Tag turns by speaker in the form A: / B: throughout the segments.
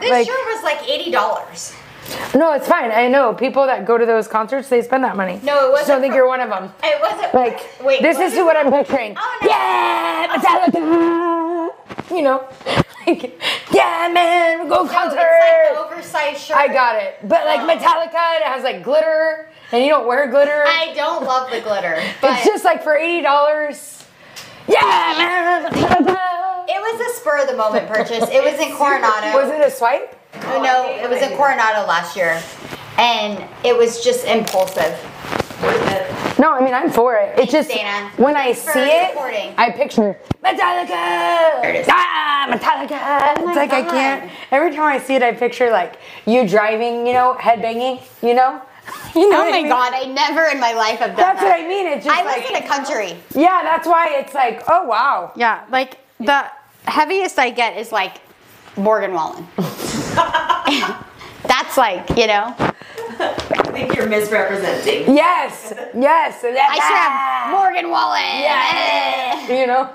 A: This
B: like,
A: shirt was like eighty dollars.
B: no, it's fine. I know people that go to those concerts, they spend that money.
A: No, it wasn't
B: Just don't think
A: for-
B: you're one of them.
A: It wasn't
B: Like,
A: wait.
B: this is what I'm picturing.
A: Oh, no.
B: Yeah, Metallica. You know, like, yeah, man, go
A: No, it's
B: concert.
A: like Oh. the oversized shirt.
B: I got it, but like Metallica, and it has like glitter, and you don't wear glitter.
A: I don't love the glitter, but
B: it's just like for eighty dollars. Yeah, man. Metallica.
A: it was a spur of the moment purchase. It was in Coronado.
B: Was it a swipe?
A: Oh, no, it was in Coronado last year, and it was just impulsive.
B: No, I mean I'm for it. It just
A: Dana.
B: when I
A: Thanks for
B: see it,
A: supporting.
B: I picture
A: There it
B: Metallica.
A: is. Oh
B: Ah, Metallica. it's like I
A: God.
B: can't. Every time I see it, I picture like you driving, you know, headbanging, you know. you know
A: Oh
B: what I
A: my
B: mean?
A: god, I never in my life have done
B: That's what
A: that.
B: I mean. It's just
A: I
B: like
A: listen to country.
B: yeah, that's why it's like oh wow.
A: Yeah, like the heaviest I get is like Morgan Wallen. That's like, you know,
C: I think you're misrepresenting.
B: Yes, yes.
A: I should have Morgan Wallen.
B: Yeah. You know.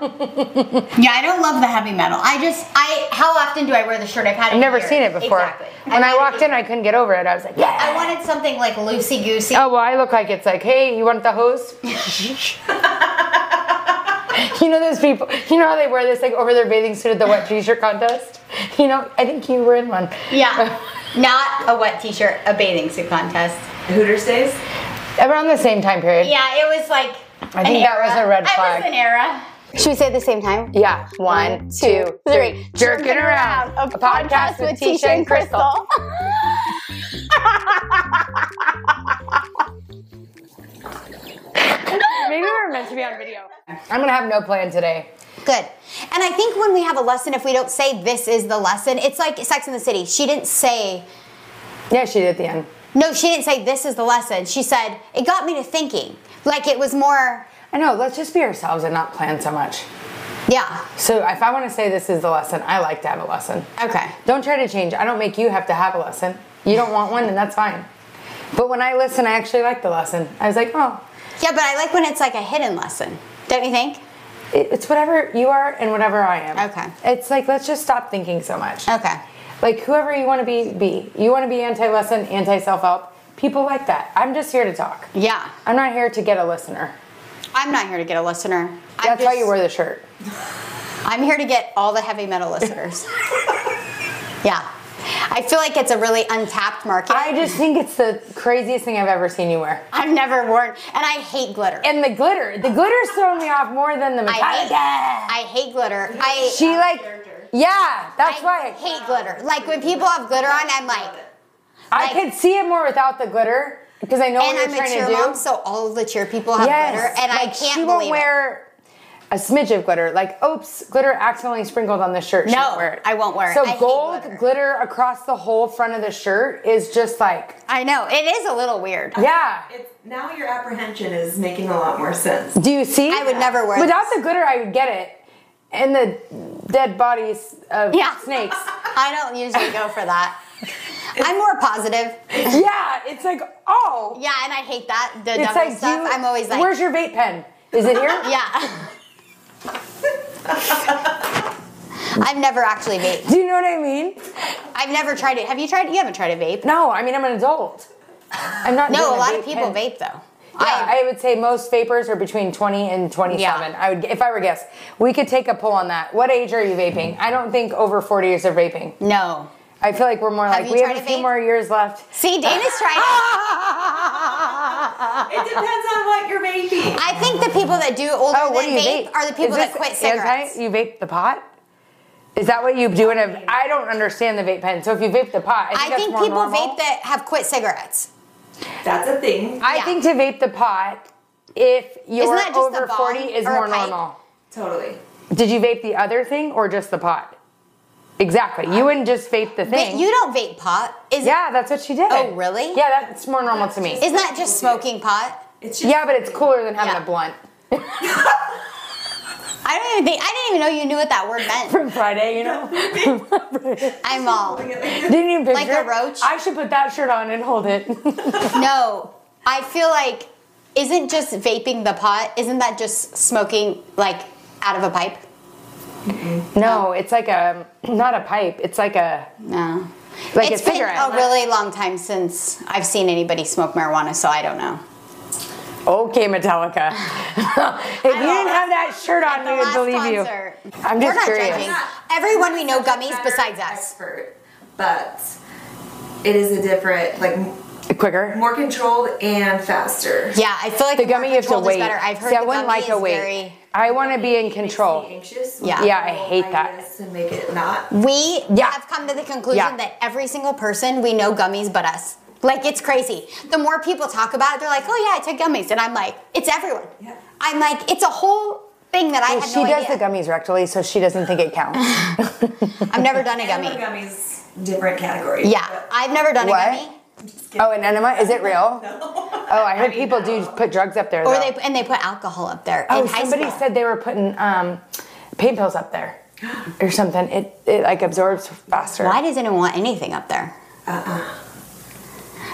A: Yeah, I don't love the heavy metal. I just, I, how often do I wear the shirt? I've had it
B: I've never
A: here.
B: seen it before.
A: Exactly.
B: When
A: I've
B: I
A: had it
B: walked in,
A: here.
B: I couldn't get over it. I was like, yeah.
A: I wanted something like loosey goosey.
B: Oh well, I look like it's like, hey, you want the hose? you know those people. You know how they wear this like over their bathing suit at the wet t-shirt contest. You know, I think you were in one.
A: Yeah. Not a wet t shirt, a bathing suit contest.
C: Hooters days?
B: Around the same time period.
A: Yeah, it was like.
B: I think that was a red
A: I
B: flag.
A: was an era. Should we say it at the same time?
B: Yeah. One, two, three. Jerking around. A podcast with Tisha and Crystal. Maybe we're meant to be on video. I'm gonna have no plan today.
A: Good. And I think when we have a lesson, if we don't say this is the lesson, it's like Sex in the City. She didn't say,
B: Yeah, she did at the end.
A: no, she didn't say this is the lesson. She said, it got me to thinking. Like it was more,
B: I know. Let's just be ourselves and not plan so much.
A: yeah.
B: So if I want to say this is the lesson, I like to have a lesson.
A: Okay.
B: Don't try to change. I don't make you have to have a lesson. You don't want one, and that's fine. But when I listen, I actually like the lesson. I was like, oh,
A: Yeah, but I like when it's like a hidden lesson. Don't you think?
B: it- it's whatever you are and whatever I am.
A: Okay.
B: It's like let's just stop thinking so much.
A: Okay.
B: Like whoever you want to be, be. You want to be anti-lesson, anti-self-help. People like that. I'm just here to talk.
A: Yeah.
B: I'm not here to get a listener.
A: I'm not here to get a listener. I'm
B: That's why
A: just-
B: you wear the shirt.
A: I'm here to get all the heavy metal listeners. yeah. I feel like it's a really untapped market.
B: I just think it's the craziest thing I've ever seen you wear.
A: I've never worn, and I hate glitter.
B: And the glitter. The glitter's throwing me off more than the
A: I hate,
B: Metallica.
A: I hate glitter. I
B: She like, yeah, that's
A: I
B: right.
A: hate glitter. Like when people have glitter on, I'm like,
B: I
A: like-
B: could see it more without the glitter because I know
A: and
B: what
A: I'm
B: you're
A: a
B: trying
A: cheer
B: to do.
A: mom, so all of the cheer people have
B: yes,
A: glitter, and I
B: like,
A: can't
B: she
A: believe
B: won't wear a smidge of glitter. Like, oops, glitter accidentally sprinkled on the shirt. She
A: No,
B: won't wear it.
A: I won't wear it.
B: So
A: I hate
B: gold
A: glitter.
B: glitter. across the whole front of the shirt is just like,
A: it. I know it is a little weird.
B: yeah.
C: It's, now your apprehension is making a lot more sense.
B: Do you see?
A: I would never wear
B: without
A: this.
B: the glitter. I would get it. And the dead bodies of
A: Yeah.
B: snakes.
A: I don't usually go for that. I'm more positive.
B: yeah, it's like, oh,
A: Yeah, and I hate that the
B: it's
A: devil
B: like, do
A: stuff.
B: you-
A: I'm always like,
B: where's your vape pen? Is it here?
A: yeah. I've never actually vaped.
B: Do you know what I mean?
A: I've never tried it. Have you tried? You haven't tried a vape.
B: No, I mean I'm an adult. I'm not.
A: No,
B: doing
A: a lot of people
B: pen.
A: vape though.
B: Yeah,
A: I,
B: I would say most vapors are between 20 and 27.
A: Yeah.
B: I would, if I were to guess, we could take a poll on that. What age are you vaping? I don't think over 40 is of vaping.
A: no.
B: I feel like we're more like
A: you
B: we have
A: tried
B: a
A: to
B: few
A: vape?
B: more years left.
A: See, Dana's tried it.
C: It depends on what you're vaping.
A: I think the people that do older
B: Oh, what do
A: than
B: you
A: vape,
B: vape?
A: are the people
B: Is
A: that
B: this
A: quit cigarettes.
B: anti- You vape the pot? Is that what you do in a? I don't understand the vape pen. So if you vape the pot, I think,
A: I
B: that's
A: think
B: more
A: people
B: normal.
A: vape that have quit cigarettes.
C: That's a thing.
B: I
A: yeah.
B: think to vape the pot, if you're
A: that just a
B: over
A: bong
B: 40, is
A: or a
B: more
A: pipe?
B: normal.
C: Totally.
B: Did you vape the other thing or just the pot? Exactly. You wouldn't just vape the
A: But
B: thing.
A: you don't vape pot. Is
B: yeah, that's what she did.
A: Oh, really?
B: Yeah, that's more normal to me.
A: Isn't that just smoking pot?
C: It's just
B: Yeah, but it's cooler than having
A: Yeah.
B: a blunt.
A: I don't even think I didn't even know you knew what that word meant.
B: From Friday, you know?
A: I'm all
B: Didn't even picture
A: Like a
B: it.
A: roach?
B: I should put that shirt on and hold it.
A: no. I feel like isn't just vaping the pot? Isn't that just smoking like out of a pipe?
B: No, it's like a not a pipe. It's like a
A: No.
B: Like
A: it's
B: a
A: been
B: cigarette.
A: a really long time since I've seen anybody smoke marijuana, so I don't know.
B: okay Metallica. if you didn't have that shirt on,
A: The
B: we would
A: last
B: believe
A: concert.
B: you. I'm
A: We're
B: just
A: not
B: curious.
A: judging.
C: I'm not-
A: Everyone we know
C: such a
A: gummies
C: better
A: besides us.
C: Expert, but it is a different, like
B: Quicker.
C: more controlled and faster.
A: Yeah, I feel like
B: The gummy you have to
A: controlled is
B: wait.
A: Better. I've heard
B: See,
A: the
B: I wouldn't
A: gummy
B: like
A: is
B: a wait.
A: very-
B: I want to be in
C: Makes me
B: control.
C: Anxious.
A: Yeah.
B: Yeah, I hate that.
C: To make it not.
A: We
B: Yeah.
A: have come to the conclusion
B: Yeah.
A: that every single person we know gummies but us. Like it's crazy. The more people talk about it, they're like, "Oh yeah, I took gummies," and I'm like, "It's everyone."
C: Yeah.
A: I'm like, it's a whole thing that I
B: Well,
A: had
B: she
A: no
B: does
A: idea.
B: the gummies rectally, so she doesn't think it counts.
A: I've never done a
C: Enema
A: gummy.
C: gummies, different category.
A: Yeah, I've never done
B: What?
A: a gummy.
B: oh, and enema, is it real? Oh, I heard people do put drugs up there.
A: Or
B: though.
A: they and they put alcohol up there.
B: Oh,
A: in high
B: somebody
A: school.
B: said they were putting um, pain pills up there or something. It it like absorbs faster.
A: Why does anyone want anything up there? Uh-uh.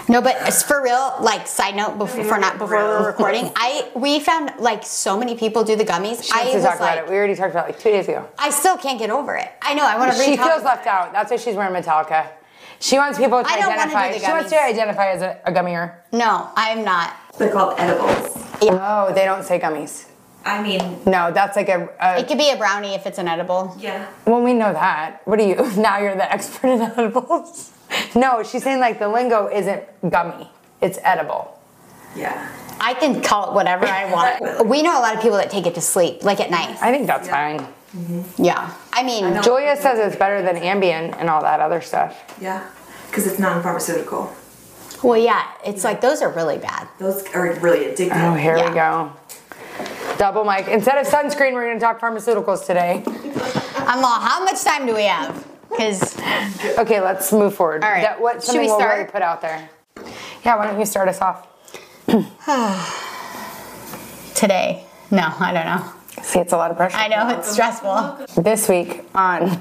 A: No, but as for real, like side note before for not before we're recording, I we found like so many people do the gummies.
B: She
A: I
B: wants to
A: was
B: talk about
A: like,
B: it. We already talked about it like two days ago.
A: I still can't get over it. I know. I want to.
B: She feels left out. That's why she's wearing Metallica. She wants people to
A: I don't wanna do
B: identify.
A: the
B: She wants to
A: gummies.
B: identify as a, a gummier.
A: No, I'm not.
C: They're called edibles.
B: Oh, they don't say gummies.
C: I mean,
B: No, that's like a. a
A: It could be a brownie if it's an edible.
C: yeah.
B: well, we know that. What are you? Now you're the expert in edibles. No, she's saying like the lingo isn't gummy. It's edible.
C: Yeah.
A: I can call it whatever I want. we know a lot of people that take it to sleep, like at night.
B: I think that's
C: Yeah.
B: fine.
A: Yeah. I mean,
C: know.
B: Joya says it's better than Ambien and all that other stuff.
C: Yeah. Because it's non pharmaceutical.
A: well, yeah. It's like those are really bad.
C: Those are really addictive.
B: Oh, here we
A: Yeah.
B: go. Double mic. Instead of sunscreen, we're going to talk pharmaceuticals today.
A: I'm all. How much time do we have? Because
B: Okay, let's move forward.
A: All right.
B: That, what,
A: Should
B: something
A: we
B: we'll
A: start?
B: really put out there. Yeah, why don't you start us off?
A: today, no, I don't know.
B: See, it's a lot of pressure.
A: I know it's stressful.
B: This week on,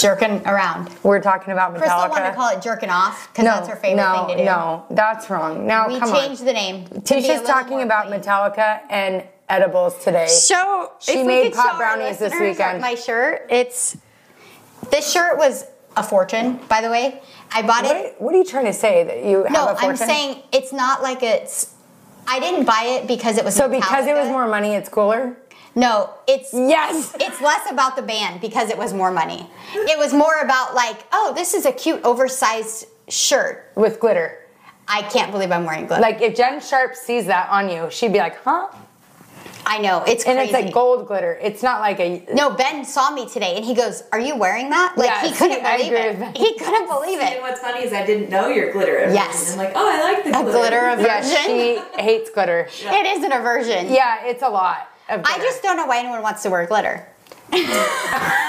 A: Jerking around.
B: we're talking about
A: Crystal
B: Metallica.
A: wanted to call it jerking off because
B: no,
A: that's her favorite
B: no,
A: thing to do.
B: No, that's wrong. Now,
A: we
B: come
A: changed
B: on.
A: the name. to be a
B: Tisha's
A: little
B: talking
A: more
B: about
A: clean.
B: Metallica and edibles today.
A: Show
B: She
A: if we
B: made
A: could
B: pot
A: show our
B: brownies this
A: listeners
B: weekend.
A: My shirt. It's this shirt was a fortune, by the way. I bought
B: What
A: it.
B: are, what are you trying to say? That you have
A: No,
B: a
A: I'm
B: fortune?
A: saying it's not like it's. I didn't buy it because it was
B: So because it was
A: Metallica.
B: more money, it's cooler?
A: No, it's
B: Yes!
A: it's less about the band because it was more money. It was more about like, oh, this is a cute oversized shirt.
B: With glitter.
A: I can't believe I'm wearing gloves.
B: Like if Jen Sharp sees that on you, she'd be like, "Huh?"
A: I know it's
B: And
A: crazy.
B: it's like gold glitter. It's not like a
A: No, Ben saw me today and he goes, Are you wearing that? Like he
B: Yes,
A: couldn't
B: I
A: believe
B: agree with Ben.
A: it. He couldn't believe
C: And
A: it.
C: what's funny is I didn't know your glitter. aversion.
A: Yes.
C: I'm like, oh, I like the
A: A
C: glitter.
A: glitter aversion.
B: yeah. She hates glitter.
A: It is an aversion.
B: Yeah, it's a lot. Of
A: I
B: glitter.
A: just don't know why anyone wants to wear glitter.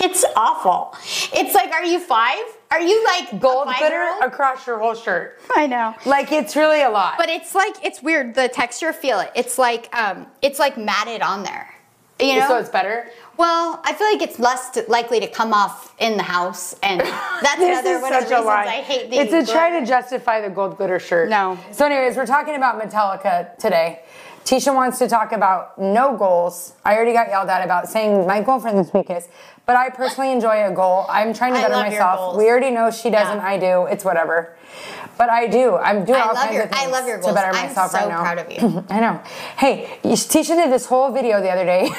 A: it's awful. It's like, are you five? Are you like
B: gold
A: a
B: glitter
A: five-year-old?
B: across your whole shirt.
A: I know.
B: Like it's really a lot.
A: But it's like it's weird. The texture, feel it. It's like um, it's like matted on there. You know.
B: so it's better.
A: Well, I feel like it's less to, likely to come off in the house, and that's
B: This
A: another
B: is
A: one
B: such
A: of the reasons
B: a lie.
A: I hate the.
B: it's a
A: glitter.
B: try to justify the gold glitter shirt.
A: No.
B: So, anyways, we're talking about Metallica today. Tisha wants to talk about no goals. I already got yelled at about saying my goal for this week is, but I personally enjoy a goal. I'm trying to
A: I
B: better
A: love your
B: myself.
A: goals.
B: We already know she doesn't.
A: Yeah.
B: I do. It's whatever. But I do. I'm doing
A: I
B: all
A: love
B: kinds
A: your-
B: of
A: I
B: things
A: love your
B: to
A: goals.
B: better
A: I'm
B: myself
A: so
B: right now.
A: proud of you.
B: I know. Hey, you- Tisha did this whole video the other day.
A: and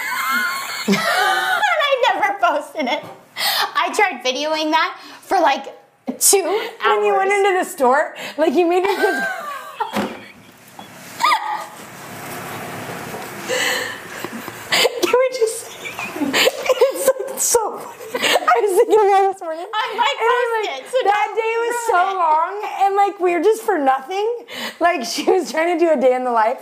A: I never posted it. I tried videoing that for like two hours.
B: when you went into the store, like you made your kids. Can we just? It's like so. Funny. I was thinking about it this morning.
A: I'm like,
B: and I'm
A: post
B: like,
A: it, so
B: that
A: don't
B: day was
A: ruin
B: so
A: it."
B: long, and like we were just for nothing. Like she was trying to do a day in the life,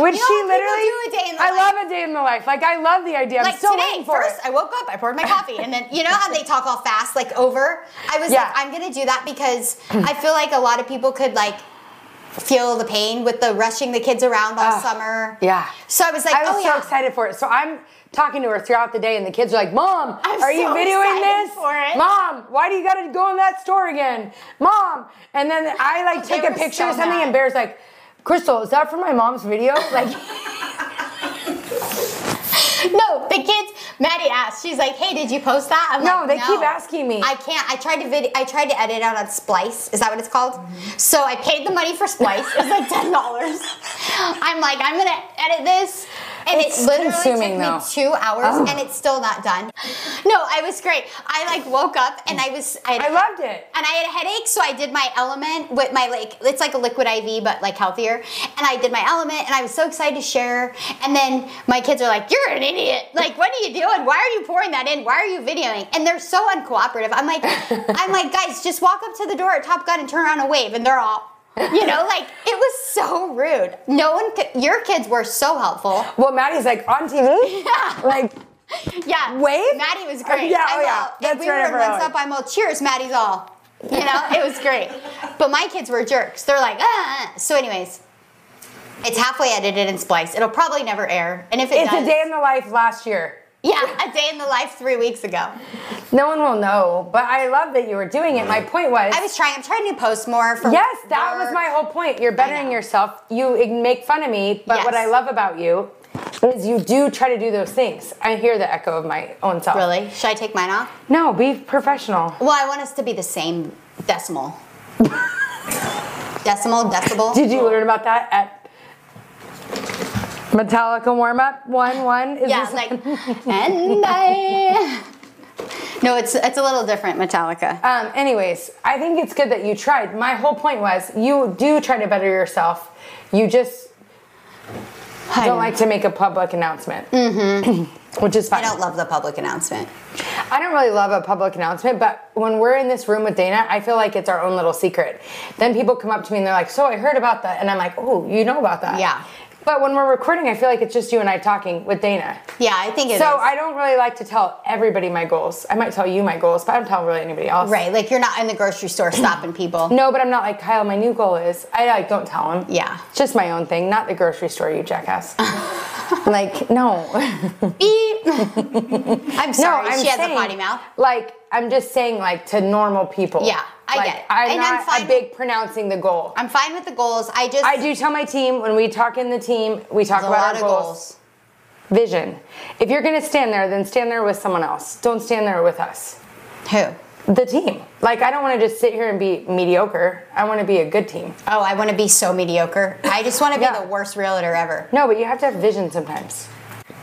B: which
A: You know
B: she
A: how people
B: literally.
A: do a day in the
B: I
A: life?
B: love a day in the life. Like I love the idea.
A: like
B: I'm still
A: today,
B: waiting for
A: first
B: it.
A: I woke up, I poured my coffee, and then you know how they talk all fast, like over. I was
B: Yeah.
A: like, I'm gonna do that because I feel like a lot of people could like feel the pain with the rushing the kids around all
B: Ugh.
A: summer.
B: Yeah.
A: So I was like,
B: I was
A: oh
B: so
A: yeah.
B: excited for it. So I'm talking to her throughout the day, and the kids are like, "Mom,
A: I'm
B: are you
A: so
B: videoing
A: excited
B: this?
A: for it."
B: Mom, why do you got to go in that store again? Mom!" And then I like
A: Oh, They
B: take a
A: were
B: picture
A: so
B: of something,
A: mad.
B: and Bear's like, "Crystal, is that for my mom's video?" Like,
A: No, the kids. Maddie asked. She's like, "Hey, did you post that?" I'm
B: No,
A: like,
B: they keep asking me.
A: I can't. I tried to vid- I tried to edit out on Splice. Is that what it's called? So I paid the money for Splice. It's like ten dollars. I'm like, I'm gonna edit this, and
B: It's
A: it literally
B: consuming,
A: took
B: though. Oh.
A: me two hours, and it's still not done. No, I was great. I like woke up and I was. I, had-
B: I loved it.
A: and I had a headache, so I did my element with my like it's like a liquid IV but like healthier. And I did my element and I was so excited to share. And then my kids are like, You're an idiot. Like, what are you doing? Why are you pouring that in? Why are you videoing? And they're so uncooperative. I'm like, I'm like, guys, just walk up to the door at Top Gun and turn around and wave, and they're all you know, like it was so rude. No one could your kids were so helpful.
B: Well, Maddie's like on TV.
A: Yeah.
B: Like,
A: Yeah.
B: Wave?
A: Maddie was great.
B: Yeah, oh,
A: I'm
B: yeah.
A: all-
B: That's
A: if we
B: right
A: were in
B: over
A: one
B: alley.
A: stop, I'm all, cheers, Maddie's all. You know, it was great. But my kids were jerks. They're like, ah. So, anyways, it's halfway edited and spliced. It'll probably never air. And if it
B: it's
A: does,
B: a day in the life last year.
A: yeah, a day in the life three weeks ago.
B: No one will know, but I love that you were doing it. My point was.
A: I was trying. I'm trying to post more for.
B: Yes, that was
A: work.
B: my whole point. You're bettering
A: know.
B: yourself. You ig- make fun of me, but what
A: Yes.
B: I love about you is you do try to do those things. I hear the echo of my own self.
A: Really? Should I take mine off?
B: No, be professional.
A: Well, I want us to be the same decimal. decimal, decibel.
B: Did you learn about that at Metallica warm up? One, one. Is
A: Yeah,
B: this-
A: like, and I. No, it's it's a little different, Metallica.
B: Um, anyways, I think it's good that you tried. My whole point was you do try to better yourself. You just
A: I know.
B: don't like to make a public announcement, which is
A: I
B: fine.
A: don't love the public announcement.
B: I don't really love a public announcement, but when we're in this room with Dana, I feel like it's our own little secret. Then people come up to me and they're like, "So I heard about that," and I'm like, "Oh, you know about that?"
A: Yeah.
B: But when we're recording, I feel like it's just you and I talking with Dana.
A: Yeah, I think it's
B: so I don't really like to tell everybody my goals. I might tell you my goals, but I don't tell really anybody else.
A: right. Like you're not in the grocery store stopping people.
B: No, but I'm not like Kyle. My new goal is I like don't tell him.
A: Yeah.
B: It's just my own thing, not the grocery store. You jackass. like no.
A: Beep. I'm sorry.
B: No, I'm
A: she has
B: saying,
A: a potty mouth.
B: Like I'm just saying, like to normal people.
A: Yeah, I
B: Like,
A: get it.
B: I'm
A: And I'm
B: not
A: fine
B: a
A: with-
B: big pronouncing the goal.
A: I'm fine with the goals. I just
B: I do tell my team when we talk in the team, we talk
A: there's a
B: about
A: lot
B: our
A: of
B: goals.
A: goals.
B: Vision. If you're gonna stand there, then stand there with someone else. Don't stand there with us.
A: Who?
B: The team. Like I don't want to just sit here and be mediocre. I want to be a good team.
A: Oh, I want to be so mediocre. I just want to be
B: Yeah.
A: the worst realtor ever.
B: No, but you have to have vision sometimes.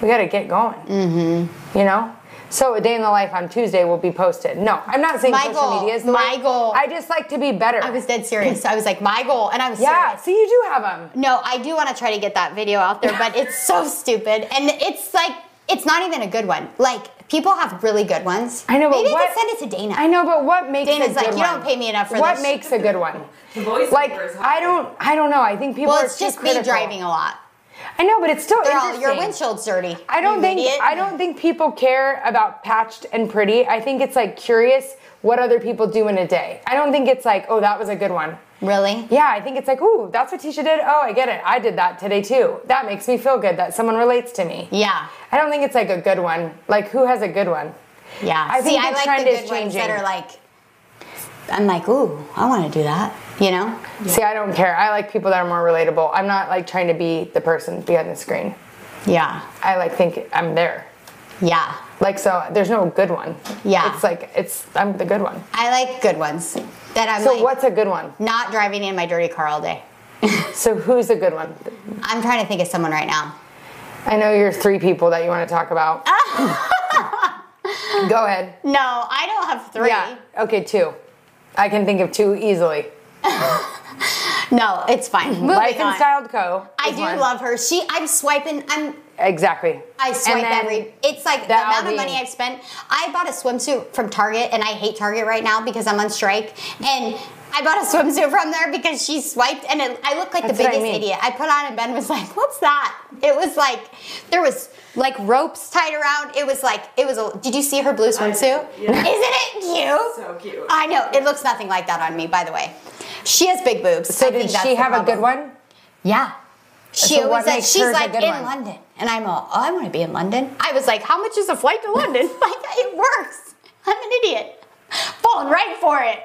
B: We gotta get going. Mm-hmm. You know? So a day in the life on Tuesday will be posted. No, I'm not saying
A: My
B: social
A: goal,
B: media is the
A: my
B: way.
A: goal.
B: I just like to be better.
A: I was dead serious. I was like, my goal, and I was
B: yeah,
A: serious.
B: see you do have them.
A: No, I do want to try to get that video out there, but it's so stupid, and it's like it's not even a good one. Like people have really good ones.
B: I know, but
A: maybe
B: what
A: I can send it to Dana.
B: I know, but what makes a
A: Dana's
B: good
A: like, "You don't
B: one?
A: pay me enough for
B: what
A: this."
B: makes a good one?
C: The voiceover
B: Like
C: is hard.
B: I don't I don't know. I think people
A: Well,
B: are
A: it's
B: too
A: just me
B: critical.
A: driving a lot.
B: I know, but it's still
A: They're all,
B: interesting.
A: your windshield's dirty.
B: I don't
A: you
B: think
A: idiot.
B: I don't think people care about patched and pretty. I think it's like curious what other people do in a day. I don't think it's like, oh, that was a good one.
A: really.
B: Yeah, I think it's like, ooh, that's what Tisha did. Oh, I get it. I did that today too. That makes me feel good that someone relates to me.
A: Yeah,
B: I don't think it's like a good one. Like, who has a good one?
A: yeah.
B: I
A: See,
B: think
A: I
B: the
A: like
B: trend
A: the
B: is
A: good ones that
B: changing.
A: are like. I'm like, ooh, I want to do that. You know.
B: See, I don't care. I like people that are more relatable. I'm not like trying to be the person behind the screen.
A: Yeah,
B: I like think I'm there.
A: yeah.
B: Like, so there's no good one.
A: Yeah.
B: It's like, it's, I'm the good one.
A: I like good ones that I'm
B: So,
A: like
B: what's a good one?
A: not driving in my dirty car all day.
B: So, who's a good one?
A: I'm trying to think of someone right now.
B: I know you're three people that you want to talk about. Go ahead.
A: No, I don't have three.
B: Yeah. Okay, two. I can think of two easily.
A: No, it's fine. Moving
B: Life
A: on.
B: and Styled Co.
A: I
B: is
A: do
B: one.
A: love her. She, I'm swiping. I'm
B: Exactly.
A: I swipe
B: And then-
A: every. It's like the,
B: the
A: amount
B: LV.
A: of money I've spent. I bought a swimsuit from Target, and I hate Target right now because I'm on strike. And I bought a swimsuit from there because she swiped, and it, I look like
B: That's
A: the
B: what I
A: biggest
B: mean.
A: idiot. I put on, and Ben was like, "What's that?" It was like there was like ropes tied around. It was like it was. A, did you see her blue swimsuit?
C: yeah.
A: Isn't it cute?
C: So cute.
A: I know. It looks nothing like that on me, by the way. She has big boobs.
B: So
A: I
B: did
A: think that's
B: she
A: the
B: have a good
A: problem.
B: one?
A: Yeah. She
B: So what
A: always like
B: makes
A: she's
B: hers a
A: like
B: good
A: in
B: one?
A: London, and I'm all oh, I want to be in London. I was like, how much is a flight to London? like it works. I'm an idiot. Falling right for it.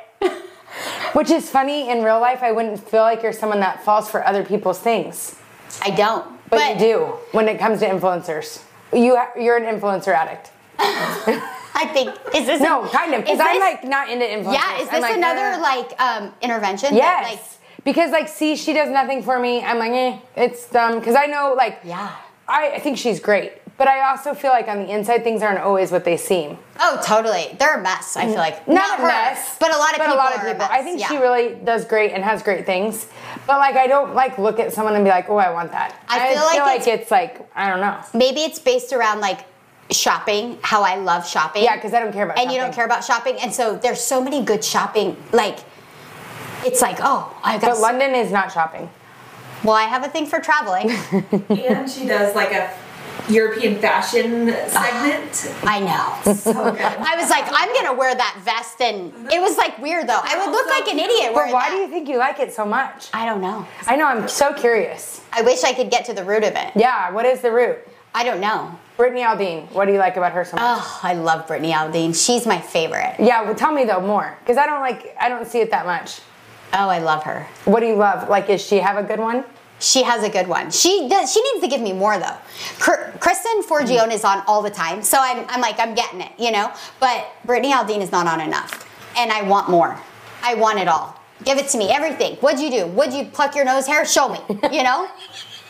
B: Which is funny in real life. I wouldn't feel like you're someone that falls for other people's things,
A: I don't.
B: but, you do when it comes to influencers. You ha- you're an influencer addict.
A: I think is this
B: No, kind of.
A: is
B: Because I'm
A: this-
B: like not into influencers.
A: yeah. Is
B: I'm
A: this
B: like,
A: another
B: uh,
A: like um intervention?
B: Yes.
A: That, like
B: because like, see, she does nothing for me. I'm like, eh, it's dumb. Because I know, like,
A: Yeah.
B: I, I think she's great, but I also feel like on the inside, things aren't always what they seem.
A: oh totally, they're a mess. I feel like
B: Not,
A: not
B: a
A: her,
B: mess,
A: but a lot of
B: but
A: people.
B: a lot of
A: are
B: people.
A: mess,
B: I think
A: yeah.
B: she really does great and has great things, but like, I don't like look at someone and be like, oh, I want that.
A: I feel like
B: like
A: it's-
B: it's like I don't know.
A: maybe it's based around like shopping, how I love shopping.
B: Yeah, 'cause I don't care about
A: and you don't
B: shopping.
A: care about shopping, and so there's so many good shopping. Like it's like oh, I got.
B: But London is not shopping.
A: well, I have a thing for traveling.
C: and she does like a European fashion segment.
A: I know.
C: So good.
A: I was like, I'm gonna wear that vest, and it was like weird though. I would look like an idiot
B: But
A: wearing
B: why
A: that.
B: do you think you like it so much?
A: I don't know.
B: I know. I'm so curious.
A: I wish I could get to the root of it.
B: Yeah. What is the root?
A: I don't know.
B: Brittany Aldean. What do you like about her so much?
A: Oh, I love Brittany Aldean. She's my favorite.
B: Yeah, well, tell me though more, because I don't like I don't see it that much.
A: Oh, I love her.
B: What do you love? Like, is she have a good one?
A: She has a good one. She does, she needs to give me more though. Cr- Kristen Forgione is on all the time, so I'm, I'm like I'm getting it, you know. But Brittany Aldean is not on enough, and I want more. I want it all. Give it to me, everything. What'd you do? Would you pluck your nose hair? Show me, you know.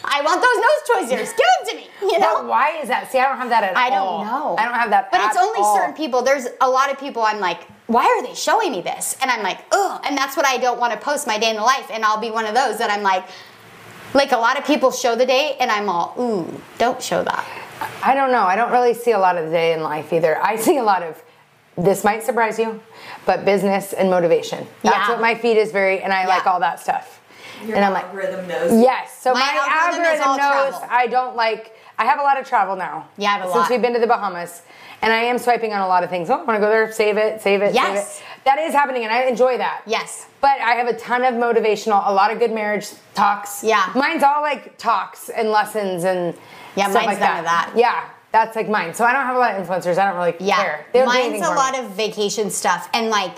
A: I want those nose tweezers. Give them to me, you know.
B: But why is that? See, I don't have that at
A: I don't
B: all.
A: know.
B: I don't have that.
A: But it's
B: at
A: only
B: all.
A: certain people. There's a lot of people I'm like, why are they showing me this? And I'm like, ugh. And that's what I don't want to post my day in the life. And I'll be one of those that I'm like, like a lot of people show the day and I'm all, ooh, don't show that.
B: I don't know. I don't really see a lot of the day in life either. I see a lot of this might surprise you, but business and motivation. That's
A: Yeah.
B: what my feed is very, and I like
A: Yeah.
B: all that stuff.
C: Your
B: and I'm like,
C: algorithm knows.
B: yes. So
A: My
B: my,
A: algorithm
B: algorithm,
A: is all
B: knows
A: travel.
B: I don't like. I have a lot of travel now.
A: Yeah, I have a
B: since
A: lot.
B: we've been to the Bahamas, and I am swiping on a lot of things. Oh, I want to go there. Save it. Save it.
A: Yes.
B: Save it. That is happening, and I enjoy that.
A: Yes.
B: But I have a ton of motivational, a lot of good marriage talks.
A: Yeah.
B: Mine's all like talks and lessons and
A: Yeah,
B: stuff
A: mine's
B: like
A: none of that.
B: Yeah, that's like mine. So I don't have a lot of influencers. I don't really
A: Yeah.
B: care. They don't do
A: Mine's
B: anything
A: a
B: for
A: lot
B: me.
A: of vacation stuff and like,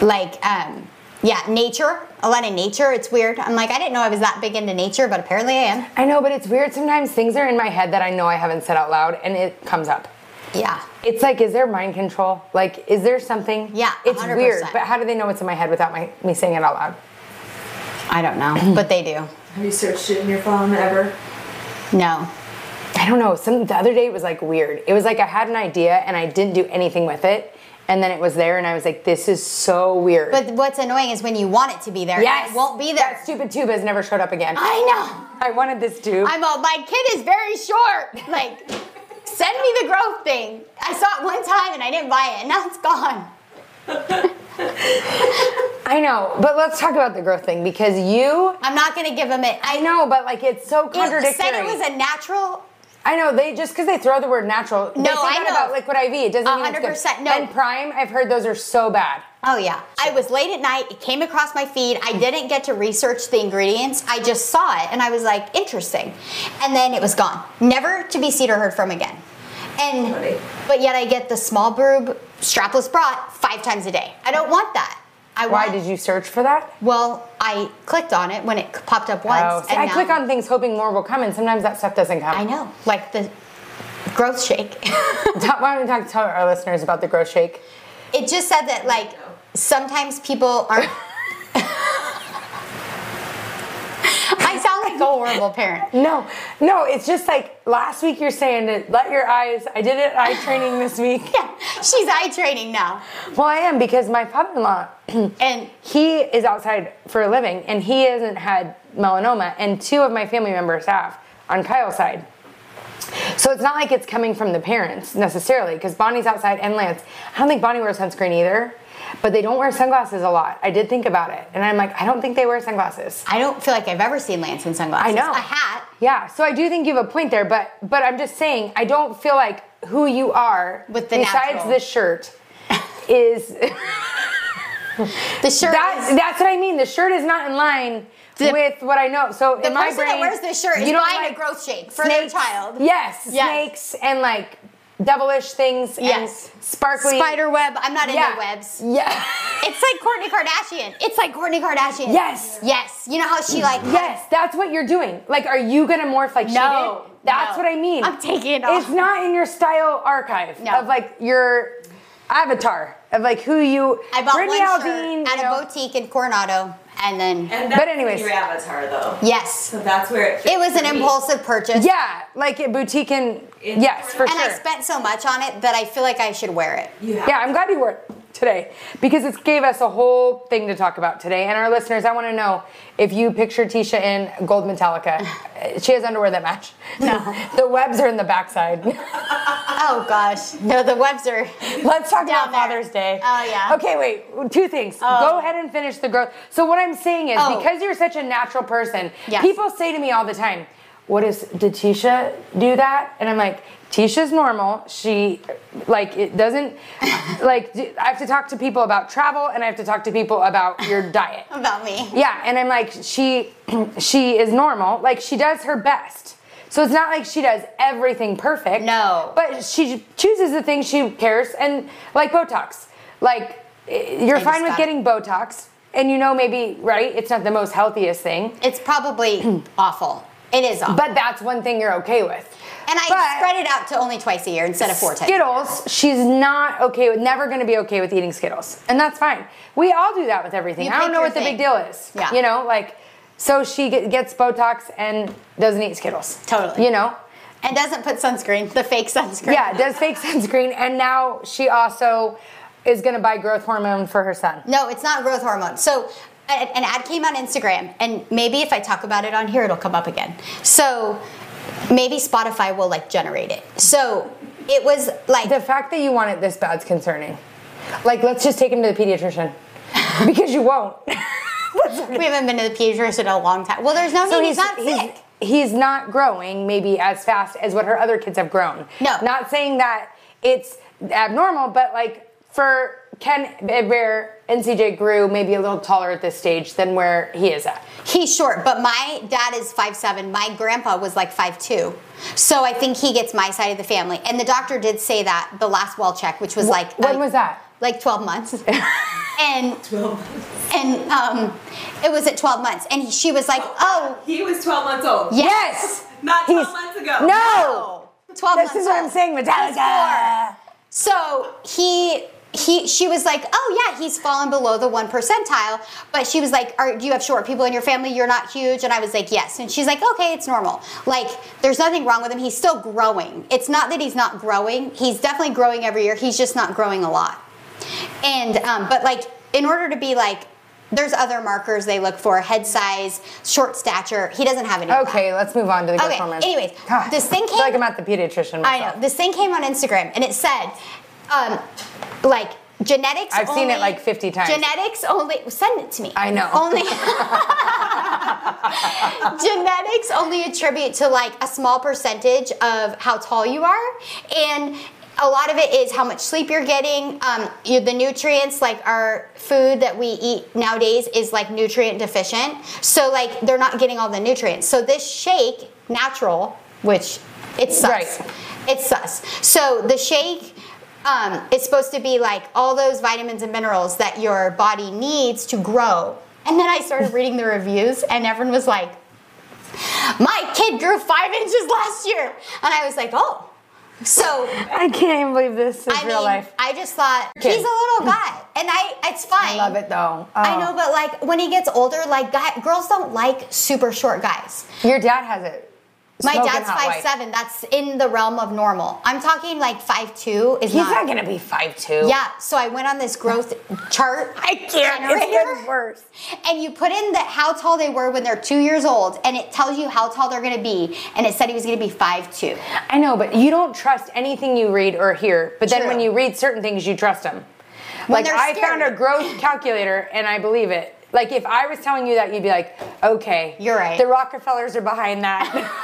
A: like, um, yeah, nature. A lot of nature. It's weird. I'm like, I didn't know I was that big into nature, but apparently I am.
B: I know, but it's weird. Sometimes things are in my head that I know I haven't said out loud, and it comes up.
A: Yeah.
B: It's like, is there mind control? Like, is there something?
A: Yeah,
B: It's
A: 100%.
B: weird, but how do they know what's in my head without my me saying it out loud?
A: I don't know, but they do.
C: Have you searched it in your phone ever?
A: No.
B: I don't know. Some the other day it was like weird. It was like I had an idea and I didn't do anything with it, and then it was there, and I was like, this is so weird.
A: But what's annoying is when you want it to be there,
B: yes,
A: and it won't be there.
B: That stupid tube has never showed up again.
A: I know.
B: I wanted this tube.
A: I'm all, my kid is very short. Like, send me the growth thing. I saw it one time and I didn't buy it, and now it's gone.
B: I know, but let's talk about the growth thing because you.
A: I'm not gonna give him it.
B: I know, but like it's so contradictory.
A: It said it was a natural.
B: I know they just because they throw the word natural. they
A: No,
B: say
A: I
B: that
A: know.
B: about liquid IV. It doesn't
A: A
B: mean it's
A: hundred
B: good.
A: percent, no.
B: And Prime, I've heard those are so bad.
A: Oh yeah, I was late at night. It came across my feed. I didn't get to research the ingredients. I just saw it and I was like, interesting. And then it was gone, never to be seen or heard from again. And
C: Funny.
A: but yet I get the small boob strapless bra five times a day. I don't want that. I
B: Why
A: want,
B: did you search for that?
A: Well, I clicked on it when it popped up once.
B: Oh, see,
A: and
B: I
A: now-
B: click on things hoping more will come, and sometimes that stuff doesn't come.
A: I know, like the growth shake.
B: Ta- Why don't we talk, tell our listeners about the growth shake?
A: it just said that like sometimes people aren't. I sound like a horrible parent.
B: No, no, it's just like last week you're saying to let your eyes. I did it at eye training this week.
A: Yeah, she's eye training now,
B: Well, I am because my father-in-law
A: and
B: he is outside for a living and he hasn't had melanoma and two of my family members have on kyle's side so it's not like it's coming from the parents necessarily because bonnie's outside and lance i don't think bonnie wears sunscreen either but they don't wear sunglasses a lot i did think about it and i'm like i don't think they wear sunglasses
A: I don't feel like I've ever seen Lance in
B: i
A: sunglasses.
B: know
A: a hat.
B: yeah so i do think you have a point there but but i'm just saying i don't feel like who you are
A: With the
B: besides
A: natural.
B: this shirt is
A: The shirt.
B: That,
A: is-
B: that's what I mean. The shirt is not in line
A: The-
B: with what I know. So
A: the
B: in my
A: person
B: brain,
A: that wears this shirt is
B: you don't
A: buying
B: like
A: a growth shake for their
B: snakes-
A: child.
B: Yes,
A: Yes.
B: snakes and like devilish things.
A: Yes.
B: and sparkly
A: Spider web. I'm not
B: Yeah.
A: into webs.
B: Yeah,
A: It's like Kourtney Kardashian. It's like Kourtney Kardashian.
B: Yes.
A: Yes. You know how she like
B: yes, that's what you're doing. Like, are you gonna morph like she
A: No.
B: did? That's
A: No.
B: what I mean.
A: I'm taking it
B: It's
A: off.
B: not in your style archive
A: No.
B: of like your avatar of like who you.
A: I bought
B: Brittany
A: one
B: Aldean,
A: shirt at
B: you know.
A: a boutique in Coronado, and then
B: But
C: And that's
B: anyways.
C: your avatar though.
A: yes,
C: So that's where it. fits
A: it was an
C: for me.
A: impulsive purchase.
B: Yeah, like a boutique and
C: In-
B: yes, for
C: And
A: and
B: sure.
A: I spent so much on it that I feel like I should wear it.
C: You have
B: yeah, I'm glad you were today because it gave us a whole thing to talk about today. And our listeners, I want to know if you picture Tisha in gold Metallica. Uh, she has underwear that match.
A: No.
B: the webs are in the backside.
A: Oh gosh, no, the webs are.
B: Let's talk
A: Down
B: about
A: there.
B: Father's Day.
A: Oh, yeah.
B: Okay, wait. Two things. Go ahead and finish the growth. So what I'm saying is,
A: Oh.
B: because you're such a natural person,
A: Yes.
B: people say to me all the time, "What is did Tisha do that?" And I'm like, "Tisha's normal. She like it doesn't like d- I have to talk to people about travel and I have to talk to people about your diet.
A: About me.
B: Yeah, and I'm like, she she is normal. Like she does her best. So it's not like she does everything perfect.
A: No.
B: But she chooses the things she cares and like Botox. Like eh, you're
A: I just
B: fine with
A: got
B: getting Botox. And you know maybe, right, it's not the most healthiest thing.
A: It's probably awful. It is awful.
B: But that's one thing you're okay with.
A: and I
B: but-
A: spread it out to only twice a year instead of four times.
B: Skittles, she's not okay with never gonna be okay with eating Skittles. And that's fine. We all do that with everything.
A: You
B: I don't
A: pick
B: know
A: your
B: what the big
A: thing.
B: deal is.
A: Yeah.
B: You know, like so she ge- gets Botox and doesn't eat Skittles.
A: Totally.
B: You know?
A: and doesn't put sunscreen, the fake sunscreen.
B: Yeah, does fake sunscreen and now she also is gonna buy growth hormone for her son.
A: No, it's not growth hormone. So an an ad came on Instagram, and maybe if I talk about it on here, it'll come up again. So maybe Spotify will like generate it. So it was like
B: The fact that you want it this bad's concerning. Like let's just take him to the pediatrician. because you won't.
A: we haven't been to the pediatrist in a long time. Well, there's no need. He's, not sick.
B: He's not growing maybe as fast as what her other kids have grown.
A: No.
B: Not saying that it's abnormal, but like for Ken where NCJ grew maybe a little taller at this stage than where he is at.
A: He's short, but my dad is five seven. My grandpa was like five two. So I think he gets my side of the family. And the doctor did say that the last wall check, which was like
B: when
A: a-
B: was that?
A: Like twelve months. and
C: Well,
A: and um, it was at twelve months. And she was like, "Oh,
C: he was 12 months old.
A: Yes.
C: Not 12 months ago.
B: No.
A: Oh, 12
B: This
A: months
B: is what I'm
A: old.
B: saying, Metallica.
A: So he he she was like, "Oh yeah, he's fallen below the 1 percentile." But she was like, "Are do you have short people in your family? You're not huge." And I was like, "Yes." And she's like, "Okay, it's normal. Like there's nothing wrong with him. He's still growing. It's not that he's not growing. He's definitely growing every year. He's just not growing a lot." And um but like in order to be like there's other markers they look for, head size, short stature. He doesn't have any. of that.
B: Okay, let's move on to the growth
A: Okay,
B: hormone.
A: anyways,
B: God,
A: this thing
B: I feel like
A: came-
B: I'm at the pediatrician.
A: I
B: myself.
A: know. This thing came on Instagram and it said, um, like, genetics
B: I've seen it,
A: only-
B: like, 50 times.
A: Genetics only, send it to me.
B: I know.
A: Only, genetics only attribute to like a small percentage of how tall you are. And a lot of it is how much sleep you're getting. Um, you, the nutrients, like our food that we eat nowadays, is like nutrient deficient. So, like, they're not getting all the nutrients. So, this shake, natural, which it sucks.
B: Right.
A: It's sus. So the shake um, is supposed to be like all those vitamins and minerals that your body needs to grow. And then I started reading the reviews, and everyone was like, "My kid grew five inches last year," and I was like, "Oh." So
B: I can't even believe this is
A: I mean,
B: real life.
A: I just thought
B: Kid.
A: he's a little guy, and I it's fine.
B: I love it though.
A: I
B: Oh.
A: know, but like when he gets older, like guy, girls don't like super short guys.
B: Your dad has it.
A: My
B: Smoking
A: dad's
B: hot
A: five
B: wife.
A: seven. That's in the realm of normal. I'm talking like five two is
B: He's not gonna be five two.
A: Yeah. So I went on this growth chart.
B: I can't. It's
A: generator,
B: getting worse.
A: And you put in the how tall they were when they're two years old, and it tells you how tall they're going to be. And it said he was going to be five two.
B: I know, but you don't trust anything you read or hear. But then
A: True.
B: when you read certain things, you trust them. like
A: they're
B: I
A: scary.
B: found a growth calculator, and I believe it. Like if I was telling you that, you'd be like, okay,
A: You're right.
B: The Rockefellers are behind that.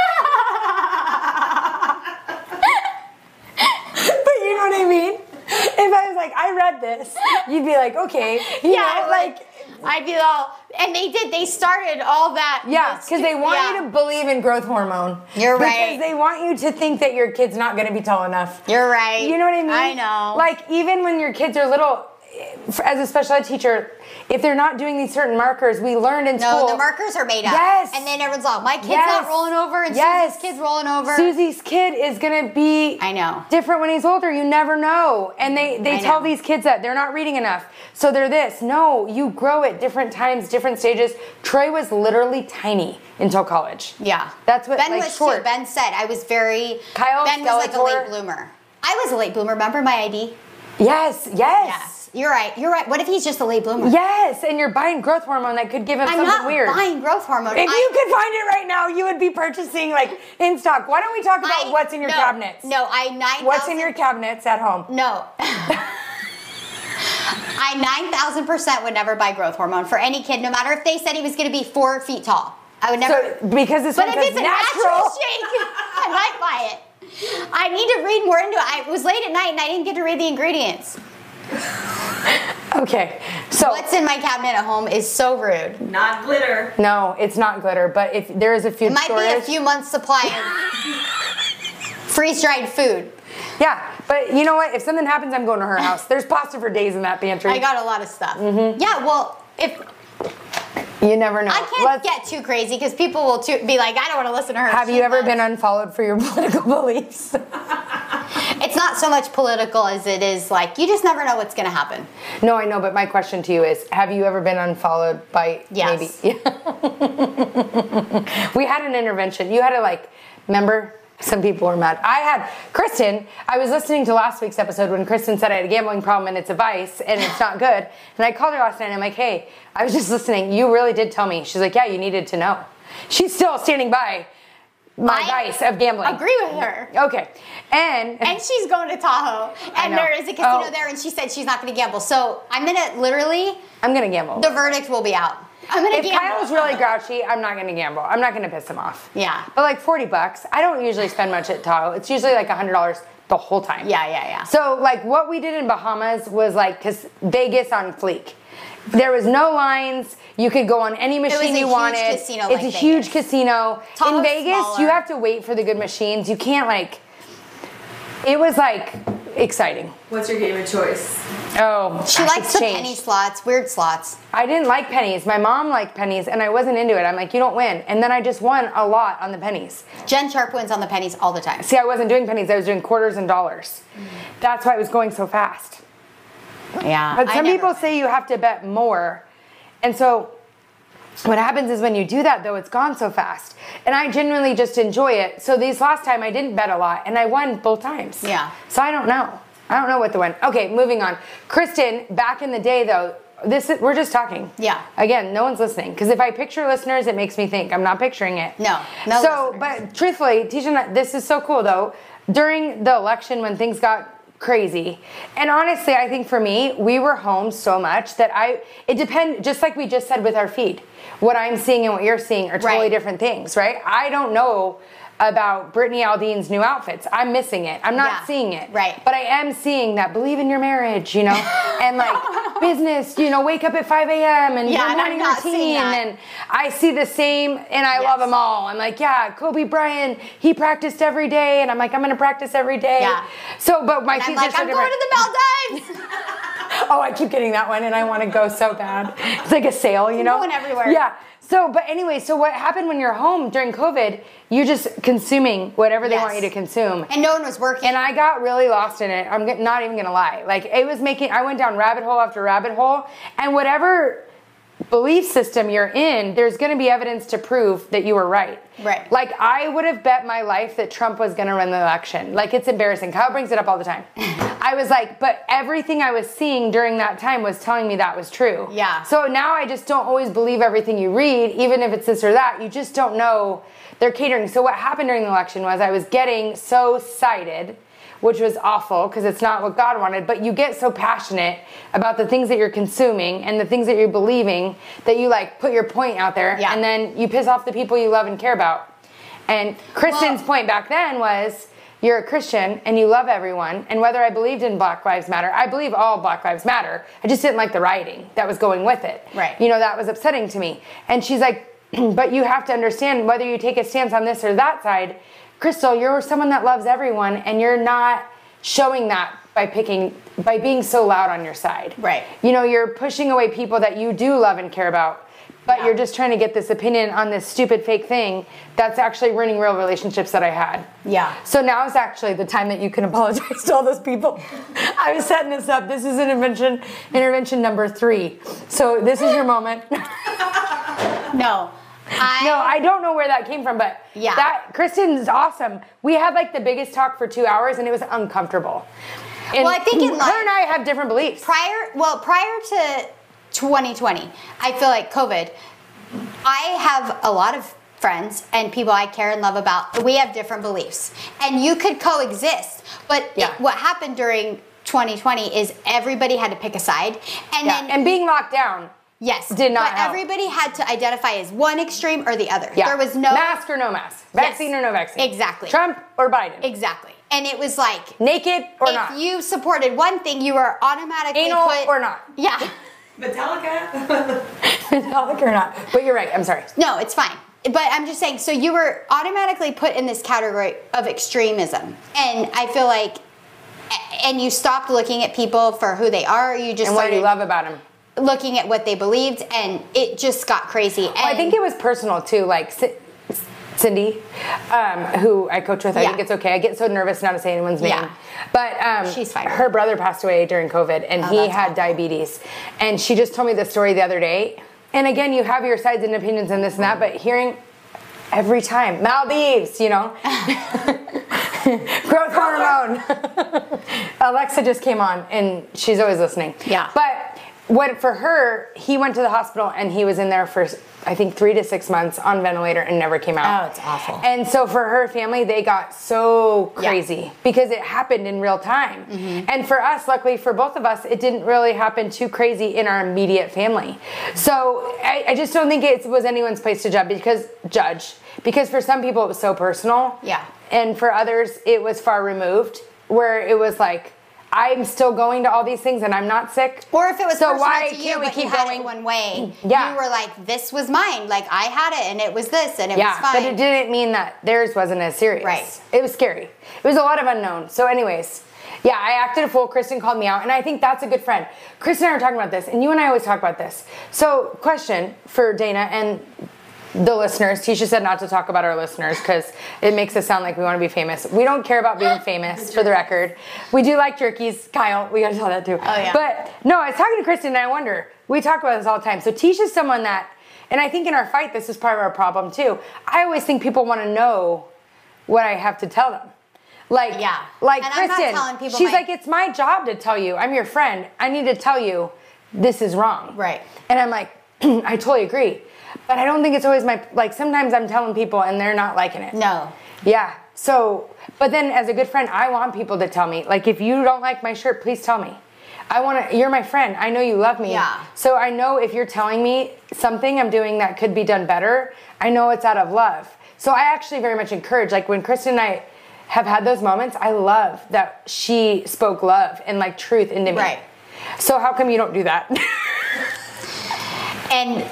B: but you know what I mean. If I was like, I read this, you'd be like, okay, you know, like
A: I'd be all, and they did. They started all that.
B: Yeah, because they want you to believe in growth hormone.
A: You're right.
B: Because they want you to think that your kid's not going to be tall enough.
A: You're right.
B: You know what I mean?
A: I know.
B: Like even when your kids are little, f- as a special ed teacher, if they're not doing these certain markers, we learned in
A: No,
B: school.
A: the markers are made up.
B: Yes.
A: And then everyone's all, my kid's
B: Yes.
A: not rolling over, and
B: Yes.
A: Susie's kid's rolling over.
B: Susie's kid is gonna be
A: I know.
B: different when he's older. You never know. And they they
A: I
B: tell
A: know.
B: these kids that they're not reading enough, so they're this. No, you grow at different times, different stages. Trey was literally tiny until college.
A: Yeah.
B: That's what,
A: Ben
B: like,
A: was
B: short.
A: too. Ben said I was very
B: Kyle,
A: Ben was like a
B: Skeletor.
A: late bloomer. I was a late bloomer, remember my ID?
B: Yes, yes,
A: Yes. You're right. You're right. What if he's just a late bloomer?
B: yes, and you're buying growth hormone that could give him
A: I'm
B: something
A: not
B: weird.
A: buying growth hormone.
B: if
A: I-
B: you could find it right now, you would be purchasing like in stock. Why don't we talk about
A: I-
B: what's in your
A: no,
B: cabinets?
A: No, I nine.
B: What's in your cabinets at home?
A: No. I nine thousand percent would never buy growth hormone for any kid, no matter if they said he was going to be four feet tall. I would never.
B: So because this
A: but
B: one
A: if
B: says
A: it's a natural shake, I might buy it. I need to read more into it. I it was late at night and I didn't get to read the ingredients.
B: Okay, so
A: What's in my cabinet at home is so rude.
C: Not glitter.
B: No, it's not glitter, but if there is a food
A: It might
B: shortage,
A: be a few months' supply of freeze dried food.
B: yeah. But you know what? If something happens, I'm going to her house. There's pasta for days in that pantry.
A: I got a lot of stuff.
B: Mm-hmm.
A: Yeah, well, if
B: you never know.
A: I can't
B: Let's-
A: get too crazy because people will too, be like, I don't want to listen to her.
B: Have
A: She
B: you ever
A: must.
B: been unfollowed for your political beliefs?
A: It's not so much political as it is like you just never know what's going to happen.
B: no, I know, but my question to you is: Have you ever been unfollowed by
A: Yes.
B: maybe? we had an intervention. You had to like, remember? Some people were mad. I had Kristen. I was listening to last week's episode when Kristen said I had a gambling problem and it's a vice and it's not good. And I called her last night and I'm like, hey, I was just listening. You really did tell me. She's like, yeah, you needed to know. She's still standing by my
A: I
B: vice of gambling.
A: Agree with her.
B: Okay. And,
A: And she's going to Tahoe, and
B: know.
A: there is a casino
B: Oh.
A: there, and she said she's not going to gamble. So I'm going to literally,
B: I'm gonna gamble.
A: the verdict will be out. I'm going to
B: if
A: gamble.
B: Kyle's really grouchy, I'm not gonna gamble. I'm not gonna piss him off.
A: Yeah.
B: But like 40 bucks, I don't usually spend much at Tahoe. It's usually like $100 the whole time.
A: Yeah, yeah, yeah.
B: So like what we did in Bahamas was like, because Vegas on fleek. There was no lines. You could go on any
A: a
B: machine you
A: huge
B: wanted.
A: casino
B: it's
A: like
B: a
A: Vegas.
B: huge casino. in
A: Tahoe's
B: Vegas, you
A: smaller.
B: have to wait for the good machines. You can't like. It was like exciting.
C: What's your game of choice?
B: Oh,
A: she
B: gosh,
A: likes
B: it's
A: the
B: changed.
A: penny slots, weird slots.
B: I didn't like pennies. My mom liked pennies, and I wasn't into it. I'm like, you don't win. And then I just won a lot on the pennies.
A: Jen Sharp wins on the pennies all the time.
B: See, I wasn't doing pennies. I was doing quarters and dollars. That's why it was going so fast.
A: Yeah.
B: But
A: I
B: some
A: never-
B: people say you have to bet more. And so what happens is when you do that, though, it's gone so fast. And I genuinely just enjoy it. So these last time I didn't bet a lot, and I won both times.
A: Yeah.
B: So I don't know. I don't know what the win. Okay, moving on. Kristen, back in the day, though, this is, we're just talking.
A: Yeah.
B: Again, no one's listening because if I picture listeners, it makes me think. I'm not picturing it.
A: No, no
B: So,
A: listeners.
B: but truthfully, Tisha, this is so cool though. During the election, when things got crazy, and honestly, I think for me, we were home so much that I it depend. Just like we just said with our feed, what I'm seeing and what you're seeing are totally
A: Right.
B: different things, right? I don't know about Brittany Aldean's new outfits. I'm missing it. I'm not
A: Yeah,
B: seeing it.
A: right.
B: But I am seeing that believe in your marriage, you know, and like business, you know, wake up at 5 a.m. and
A: Yeah,
B: your
A: and I'm
B: morning
A: not seeing
B: routine
A: that.
B: and I see the same and I
A: Yes.
B: love them all. I'm like, yeah, Kobe Bryant, he practiced every day, and I'm like, I'm gonna practice every day.
A: Yeah.
B: So, but my
A: I'm
B: feet
A: like,
B: are so
A: I'm going
B: different.
A: to the Maldives.
B: oh, I keep getting that one, and I want to go so bad. It's like a sale, you know.
A: going everywhere.
B: Yeah. So, but anyway, so what happened when you're home during COVID? You're just consuming whatever they want you
A: Yes.
B: to consume.
A: and no one was working.
B: And I got really lost in it. I'm get- not even gonna lie. Like it was making. I went down rabbit hole after rabbit hole, and whatever belief system you're in, there's gonna be evidence to prove that you were right.
A: Right.
B: Like I would have bet my life that Trump was gonna run the election. Like it's embarrassing. Kyle brings it up all the time. I was like, but everything I was seeing during that time was telling me that was true.
A: Yeah.
B: So now I just don't always believe everything you read, even if it's this or that. You just don't know they're catering. So what happened during the election was I was getting so cited, which was awful because it's not what God wanted, but you get so passionate about the things that you're consuming and the things that you're believing that you like put your point out there
A: Yeah.
B: and then you piss off the people you love and care about. And Kristen's
A: Well-
B: point back then was you're a Christian and you love everyone. And whether I believed in Black Lives Matter, I believe all Black Lives Matter. I just didn't like the rioting that was going with it.
A: Right.
B: You know, that was upsetting to me. And she's like, but you have to understand whether you take a stance on this or that side, Crystal, you're someone that loves everyone and you're not showing that by by picking by being so loud on your side.
A: Right.
B: You know, you're pushing away people that you do love and care about, but
A: Yeah.
B: you're just trying to get this opinion on this stupid fake thing that's actually ruining real relationships that I had.
A: Yeah.
B: So now is actually the time that you can apologize to all those people. I was setting this up. This is intervention intervention number 3. So this is your moment.
A: No. I,
B: No, I don't know where that came from, but
A: Yeah.
B: that Kristen's awesome. We had like the biggest talk for two hours, and it was uncomfortable. And
A: Well, I think in
B: her
A: life-
B: and I have different beliefs.
A: prior well prior to 2020 i feel like covid i have a lot of friends and people i care and love about we have different beliefs and you could coexist but it-
B: Yeah.
A: what happened during 2020 is everybody had to pick a side and
B: Yeah,
A: then
B: and being locked down,
A: yes
B: did not
A: but
B: help.
A: everybody had to identify as one extreme or the other
B: yeah,
A: there was no
B: mask or no mask, vaccine or no vaccine,
A: Exactly.
B: Trump or Biden,
A: exactly and it was like
B: naked or
A: if
B: not,
A: you supported one thing you were automatically
B: anal
A: put
B: or not,
A: yeah
C: Metallica.
B: Catholic or not. But you're right. I'm sorry.
A: No, it's fine. But I'm just saying, so you were automatically put in this category of extremism. And I feel like, a- and you stopped looking at people for who they are. You just
B: And what
A: started
B: you love about him.
A: looking at what they believed, and it just got crazy. And
B: I think it was personal too, like Ci- Cindy, um, who I coach with. I
A: Yeah.
B: think it's okay. I get so nervous now to say anyone's name.
A: Yeah.
B: But um,
A: She's fine.
B: her brother passed away during COVID and
A: Oh,
B: he
A: that's
B: had
A: awful.
B: diabetes. And she just told me this story the other day. And again, you have your sides and opinions and this and that, but hearing every time, Maldives, you know, growth hormone. Alexa just came on and she's always listening.
A: Yeah.
B: But what for her, he went to the hospital and he was in there for I think three to six months on ventilator and never came out.
A: Oh, it's awful.
B: And so for her family, they got
A: Yeah.
B: so
A: Mm-hmm.
B: crazy because it happened in real time. And for us, luckily for both of us, it didn't really happen too crazy in our immediate family. So I, I just don't think it was anyone's place to judge because judge because for some people it was so personal.
A: Yeah.
B: And for others, it was far removed where it was like. I'm still going to all these things and I'm not sick.
A: Or if it was
B: so
A: personal
B: why
A: to you,
B: can't we
A: but
B: keep
A: you had
B: going
A: it one way,
B: Yeah.
A: you were like, "This was mine. Like I had it, and it was this, and it was
B: Yeah,
A: fine."
B: but it didn't mean that theirs wasn't as serious.
A: Right.
B: It was scary. It was a lot of unknown. So, anyways, yeah, I acted a fool. Kristen called me out, and I think that's a good friend. Kristen and I were talking about this, and you and I always talk about this. So, question for Dana and the listeners. Tisha said not to talk about our listeners because it makes us sound like we want to be famous. We don't care about being famous, for the record. We do like jerkies, Kyle. We gotta tell that too.
A: Oh, yeah.
B: But no, I was talking to Kristen, and I wonder. We talk about this all the time. So Tisha's someone that, and I think in our fight, this is part of our problem too. I always think people want to know what I have to tell them. Like,
A: Yeah.
B: like
A: And I'm not
B: Kristen,
A: telling people
B: she's
A: my-
B: like, it's my job to tell you. I'm your friend. I need to tell you this is wrong.
A: Right.
B: And I'm like, I totally agree. But I don't think it's always my like sometimes I'm telling people and they're not liking it.
A: no,
B: Yeah. So, but then as a good friend, I want people to tell me, like, if you don't like my shirt, please tell me. I want to, you're my friend. I know you love me.
A: Yeah.
B: So I know if you're telling me something I'm doing that could be done better, I know it's out of love. So I actually very much encourage, like, when Kristen and I have had those moments, I love that she spoke love and like truth into me.
A: Right.
B: So how come you don't do that?
A: and.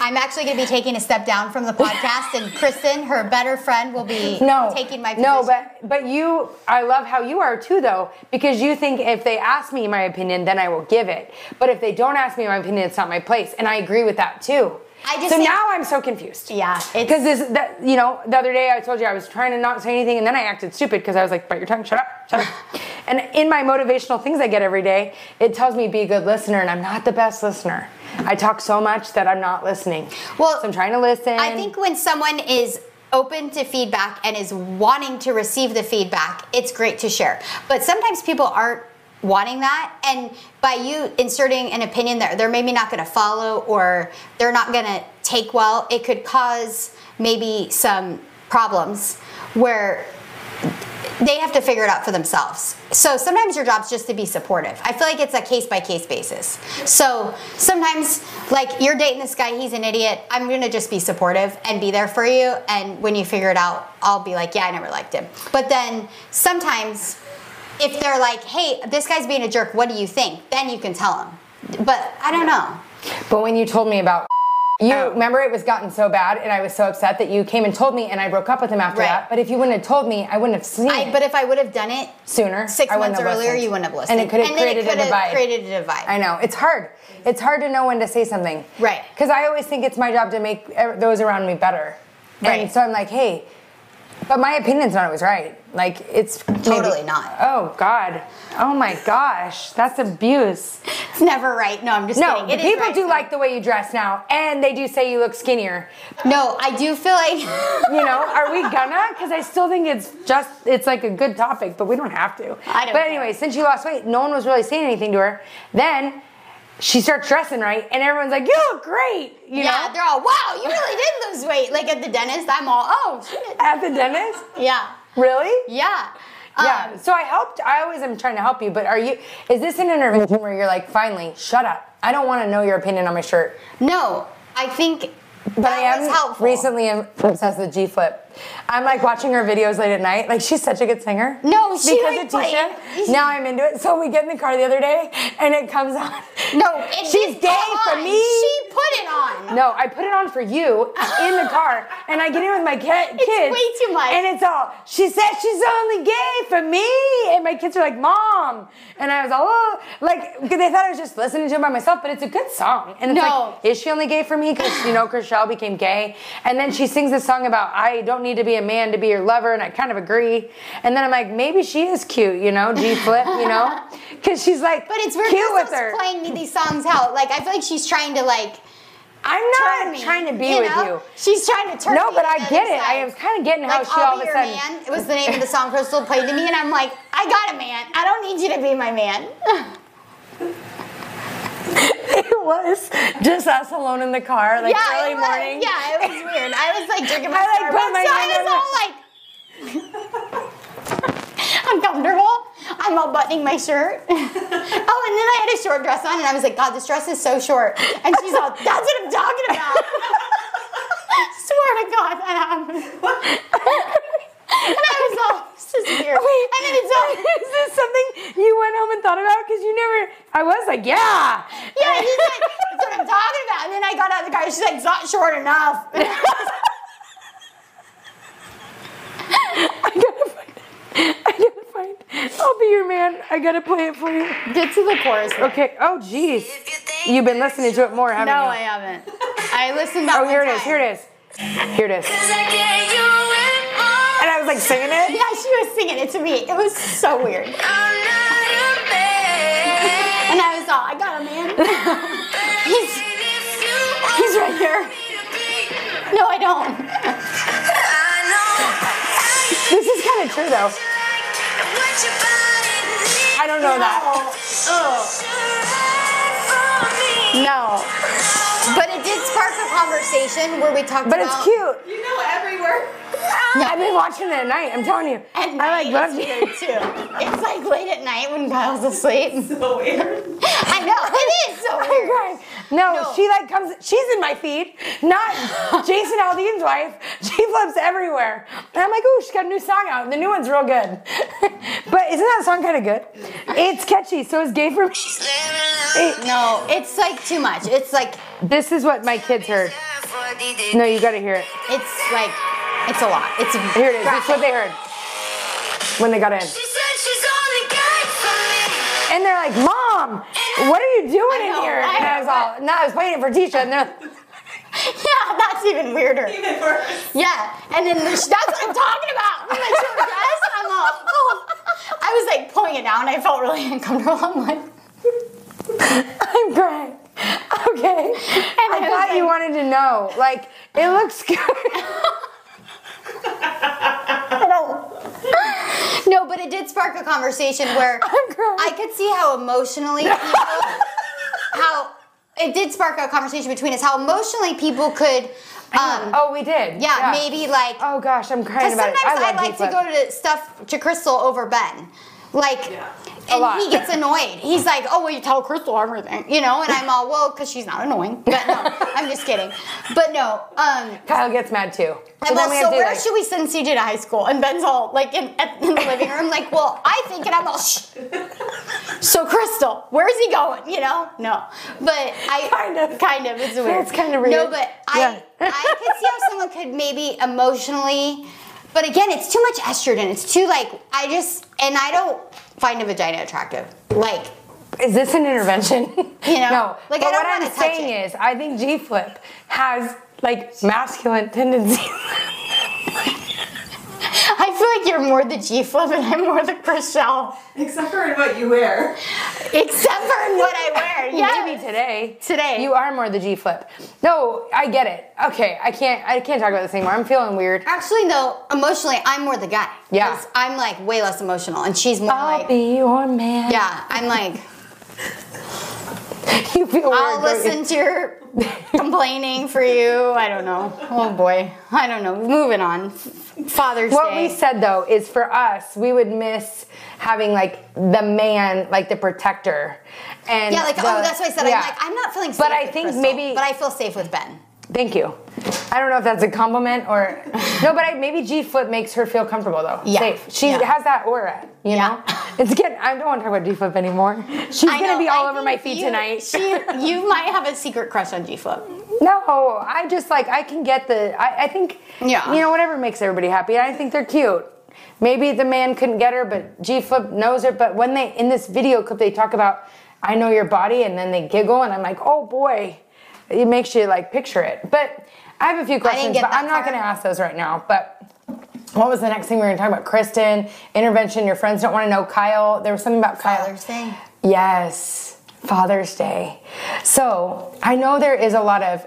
A: I'm actually going to be taking a step down from the podcast, and Kristen, her better friend, will be
B: no
A: taking my
B: no
A: position.
B: but but you i love how you are too though because you think if they ask me my opinion then i will give it but if they don't ask me my opinion it's not my place and i agree with that too
A: I just
B: so
A: think-
B: now i'm so confused
A: Yeah, it's-
B: because this that you know the other day i told you i was trying to not say anything and then i acted stupid because i was like bite your tongue shut up shut up and in my motivational things i get every day it tells me be a good listener and i'm not the best listener i talk so much that i'm not listening
A: Well,
B: so i'm trying to listen
A: I think when someone is open to feedback and is wanting to receive the feedback, it's great to share. But sometimes people aren't wanting that and by you inserting an opinion that they're maybe not going to follow or they're not going to take well, it could cause maybe some problems where they have to figure it out for themselves. So sometimes your job's just to be supportive. I feel like it's a case by case basis. So sometimes, like, you're dating this guy, he's an idiot. I'm gonna just be supportive and be there for you. And when you figure it out, I'll be like, yeah, I never liked him. But then sometimes, if they're like, hey, this guy's being a jerk, what do you think? Then you can tell him. But I don't know.
B: But when you told me about You
A: Oh.
B: remember it was gotten so bad, and I was so upset that you came and told me, and I broke up with him after
A: Right.
B: that. But if you wouldn't have told me, I wouldn't have seen
A: I,
B: it
A: but if I would have done it
B: sooner.
A: six
B: I wouldn't
A: months
B: have
A: earlier,
B: listened.
A: you wouldn't have listened.
B: And it could have
A: then
B: created
A: could
B: a
A: have
B: divide.
A: created a divide.
B: I know it's hard. It's hard to know when to say something,
A: Right.
B: Because I always think it's my job to make ev- those around me better, And
A: Right.
B: so I'm like, hey, but my opinion's not always right. Like it's
A: Totally not.
B: Oh God. Oh my gosh, that's abuse.
A: It's never right. No, I'm just
B: No,
A: kidding.
B: the
A: It is
B: people
A: right,
B: do
A: though.
B: like the way you dress now, and they do say you look skinnier.
A: No, I do feel like
B: You know, are we gonna? Because I still think it's just it's like a good topic, but we don't have to.
A: I don't
B: But
A: care.
B: anyway, since she lost weight, no one was really saying anything to her. Then she starts dressing right, and everyone's like, "You look great," you
A: yeah,
B: know,
A: they're all wow. You really did lose weight. Like at the dentist, I'm all oh shit.
B: at the dentist.
A: Yeah,
B: Really?
A: yeah, Um,
B: yeah. So I helped. I always am trying to help you, but are you? Is this an intervention where you're like, "Finally, shut up. I don't want to know your opinion on my shirt."
A: No, I think.
B: But
A: that
B: I am
A: was helpful.
B: recently am obsessed with G Flip. I'm like watching her videos late at night. Like she's such a good singer.
A: No, she,
B: because
A: like,
B: of Tisha.
A: played-
B: Now I'm into it. So we get in the car the other day, and it comes on.
A: No, it
B: she's
A: did
B: gay
A: come
B: for
A: on.
B: me.
A: She put it on.
B: no, I put it on for you in the car, and I get in with my ki- kids.
A: way too much.
B: And it's all she said. She's only gay for me, and my kids are like, "Mom," and I was all oh. like, 'cause they thought I was just listening to it by myself. But it's a good song, and it's
A: No.
B: like, is she only gay for me? Because you know, Chriselle became gay, and then she sings this song about I don't need to be a man to be your lover, and I kind of agree. And then I'm like, maybe she is cute, you know, G flip, you know, because she's like,
A: But it's weird
B: cute with
A: because
B: her.
A: playing me these songs out. Like I feel like she's trying to like
B: I'm
A: turn
B: not
A: me.
B: trying to be
A: you
B: with
A: know?
B: you.
A: She's trying to turn.
B: No,
A: me
B: but
A: to
B: I
A: the
B: get
A: other
B: it. I
A: side.
B: am kind of getting how
A: Like,
B: she
A: I'll
B: all
A: be
B: of a
A: your
B: sudden.
A: man. It was the name of the song Crystal played to me, and I'm like, I got a man. I don't need you to be my man.
B: It was just us alone in the car, like
A: yeah,
B: early
A: it was,
B: morning.
A: Yeah, it was weird. I was like drinking my
B: I, like,
A: Starbucks, so I
B: put my hand
A: was
B: on
A: all like uncomfortable. I'm all buttoning my shirt. oh, and then I had a short dress on, and I was like, God, this dress is so short. And she's all, That's what I'm talking about. Swear to God, and I'm. and I was all, This is weird. and then it's all.
B: Is this something you went home and thought about? Because you never. I was like, yeah.
A: Yeah, and he's like, that's what I'm talking about. And then I got out of the car. She's like, it's not short enough.
B: I gotta find. I gotta find. I'll be your man. I gotta play it for you.
A: Get to the chorus.
B: Okay. Oh, jeez. You've been listening to it more, haven't
A: No,
B: you?
A: I haven't. I listened back.
B: Oh, here
A: one
B: it is. Here it is. Here it is. And
D: And
B: I was like singing it.
A: Yeah, she was singing it to me. It was so weird. And I was all, I got a man. he's, he's right here. No, I don't.
B: This is kind of true though. I don't know that.
A: Ugh. No. But it did spark a conversation where we talked
B: But
A: about.
B: it's cute.
C: You know every word.
B: I've been watching it at night. I'm telling you.
A: At
B: I
A: night,
B: like loved
A: it's
B: it.
A: weird too. It's like late at night when Kyle's asleep.
C: So weird.
A: I know it is so
B: I'm
A: weird.
B: crying. No,
A: No.
B: she like comes. She's in my feed, not Jason Aldean's wife. She flips everywhere, and I'm like, oh, she's got a new song out. And the new one's real good. but isn't that song kind of good? It's catchy, so it's gay for me.
A: No, it's like too much. It's like
B: This is what my kids heard. No, you got to hear it.
A: it's like it's a lot. It's
B: Here it is. It's what they heard when they got in,
D: She said she's only good for me.
B: and they're like, mom, what are you doing
A: I
B: in
A: know,
B: here? And
A: I-
B: I was all, no, I was playing it for Tisha, and they're.
A: yeah, that's even weirder.
C: Even worse.
A: Yeah, and then there's, that's what I'm talking about. When I took a dress, I'm all, oh. I was like pulling it down. I felt really uncomfortable. I'm like,
B: I'm crying. Okay. I,
A: I was
B: thought you
A: like-
B: wanted to know. Like, it looks good.
A: I don't. No, but it did spark a conversation where
B: I'm crying.
A: I could see how emotionally people, how it did spark a conversation between us. How emotionally people could, um,
B: oh, we did.
A: yeah, maybe like
B: Oh gosh, I'm crying
A: Because
B: about
A: sometimes
B: it. I,
A: I,
B: love
A: like to
B: Deep Lip.
A: go to stuff to Crystal over Ben. Like,
C: Yeah.
A: and
B: lot.
A: he gets annoyed. He's like, "Oh, well, you tell Crystal everything," you know. And I'm all, "Well, because she's not annoying." But no, I'm just kidding. But no, um,
B: Kyle gets mad too.
A: and
B: then
A: well,
B: we have
A: so
B: to,
A: where
B: like-
A: should we send CJ to high school? And Ben's all like in, at- in the living room, like, well, I think, and I'm all shh. So Crystal, where's he going? You know, no, but I
B: Kind of.
A: kind of, it's weird.
B: That's kind
A: No,
B: of weird.
A: but
B: Yeah.
A: I, I could see how someone could maybe emotionally, but again, it's too much estrogen. It's too like I just, and I don't find a vagina attractive. Like,
B: Is this an intervention?
A: You know,
B: no.
A: like,
B: but
A: I don't
B: what
A: wanna
B: I'm
A: touch
B: saying
A: it.
B: is, I think G Flip has like masculine tendencies.
A: I feel like you're more the G flip and I'm more the Chriselle,
C: Except for in what you wear.
A: except for in what I wear. Yeah,
B: Maybe today.
A: Today.
B: You are more the G Flip. No, I get it. Okay, I can't. I can't talk about this anymore. I'm feeling weird.
A: Actually, though, emotionally, I'm more the guy.
B: Yeah.
A: 'Cause I'm like way less emotional, and she's more
B: I'll
A: like.
B: be your man.
A: Yeah, I'm like,
B: You feel
A: I'll
B: weird, don't you?
A: listen to your complaining for you. I don't know. Oh boy. I don't know. Moving on. Father's
B: What
A: Day.
B: we said though is for us, we would miss having like the man, like the protector, and
A: yeah, like,
B: the-
A: oh, that's what I said.
B: yeah.
A: I'm like, I'm not feeling safe.
B: But I
A: with
B: think
A: Crystal,
B: maybe-
A: But I feel safe with Ben.
B: Thank you. I don't know if that's a compliment or no, but I, maybe G Flip makes her feel comfortable though.
A: Yeah.
B: Safe. She
A: Yeah.
B: has that aura. You
A: Yeah.
B: know, it's good. I don't want to talk about G Flip anymore. She's
A: I
B: gonna
A: know,
B: be all
A: I
B: over my
A: think
B: feed
A: you-
B: tonight.
A: She, you might have a secret crush on G Flip.
B: no, I just like I can get the. I, I think.
A: Yeah.
B: You know, whatever makes everybody happy. I think they're cute. Maybe the man couldn't get her, but G Flip knows her. But when they in this video clip, they talk about I know your body, and then they giggle, and I'm like, oh boy, it makes you like picture it. But I have a few questions,
A: get
B: but
A: that
B: I'm not
A: far.
B: going to ask those right now. But what was the next thing we were going to talk about? Kristen intervention. Your friends don't want to know Kyle. There was something about Kyle.
A: Father's Day.
B: Yes, Father's Day. So I know there is a lot of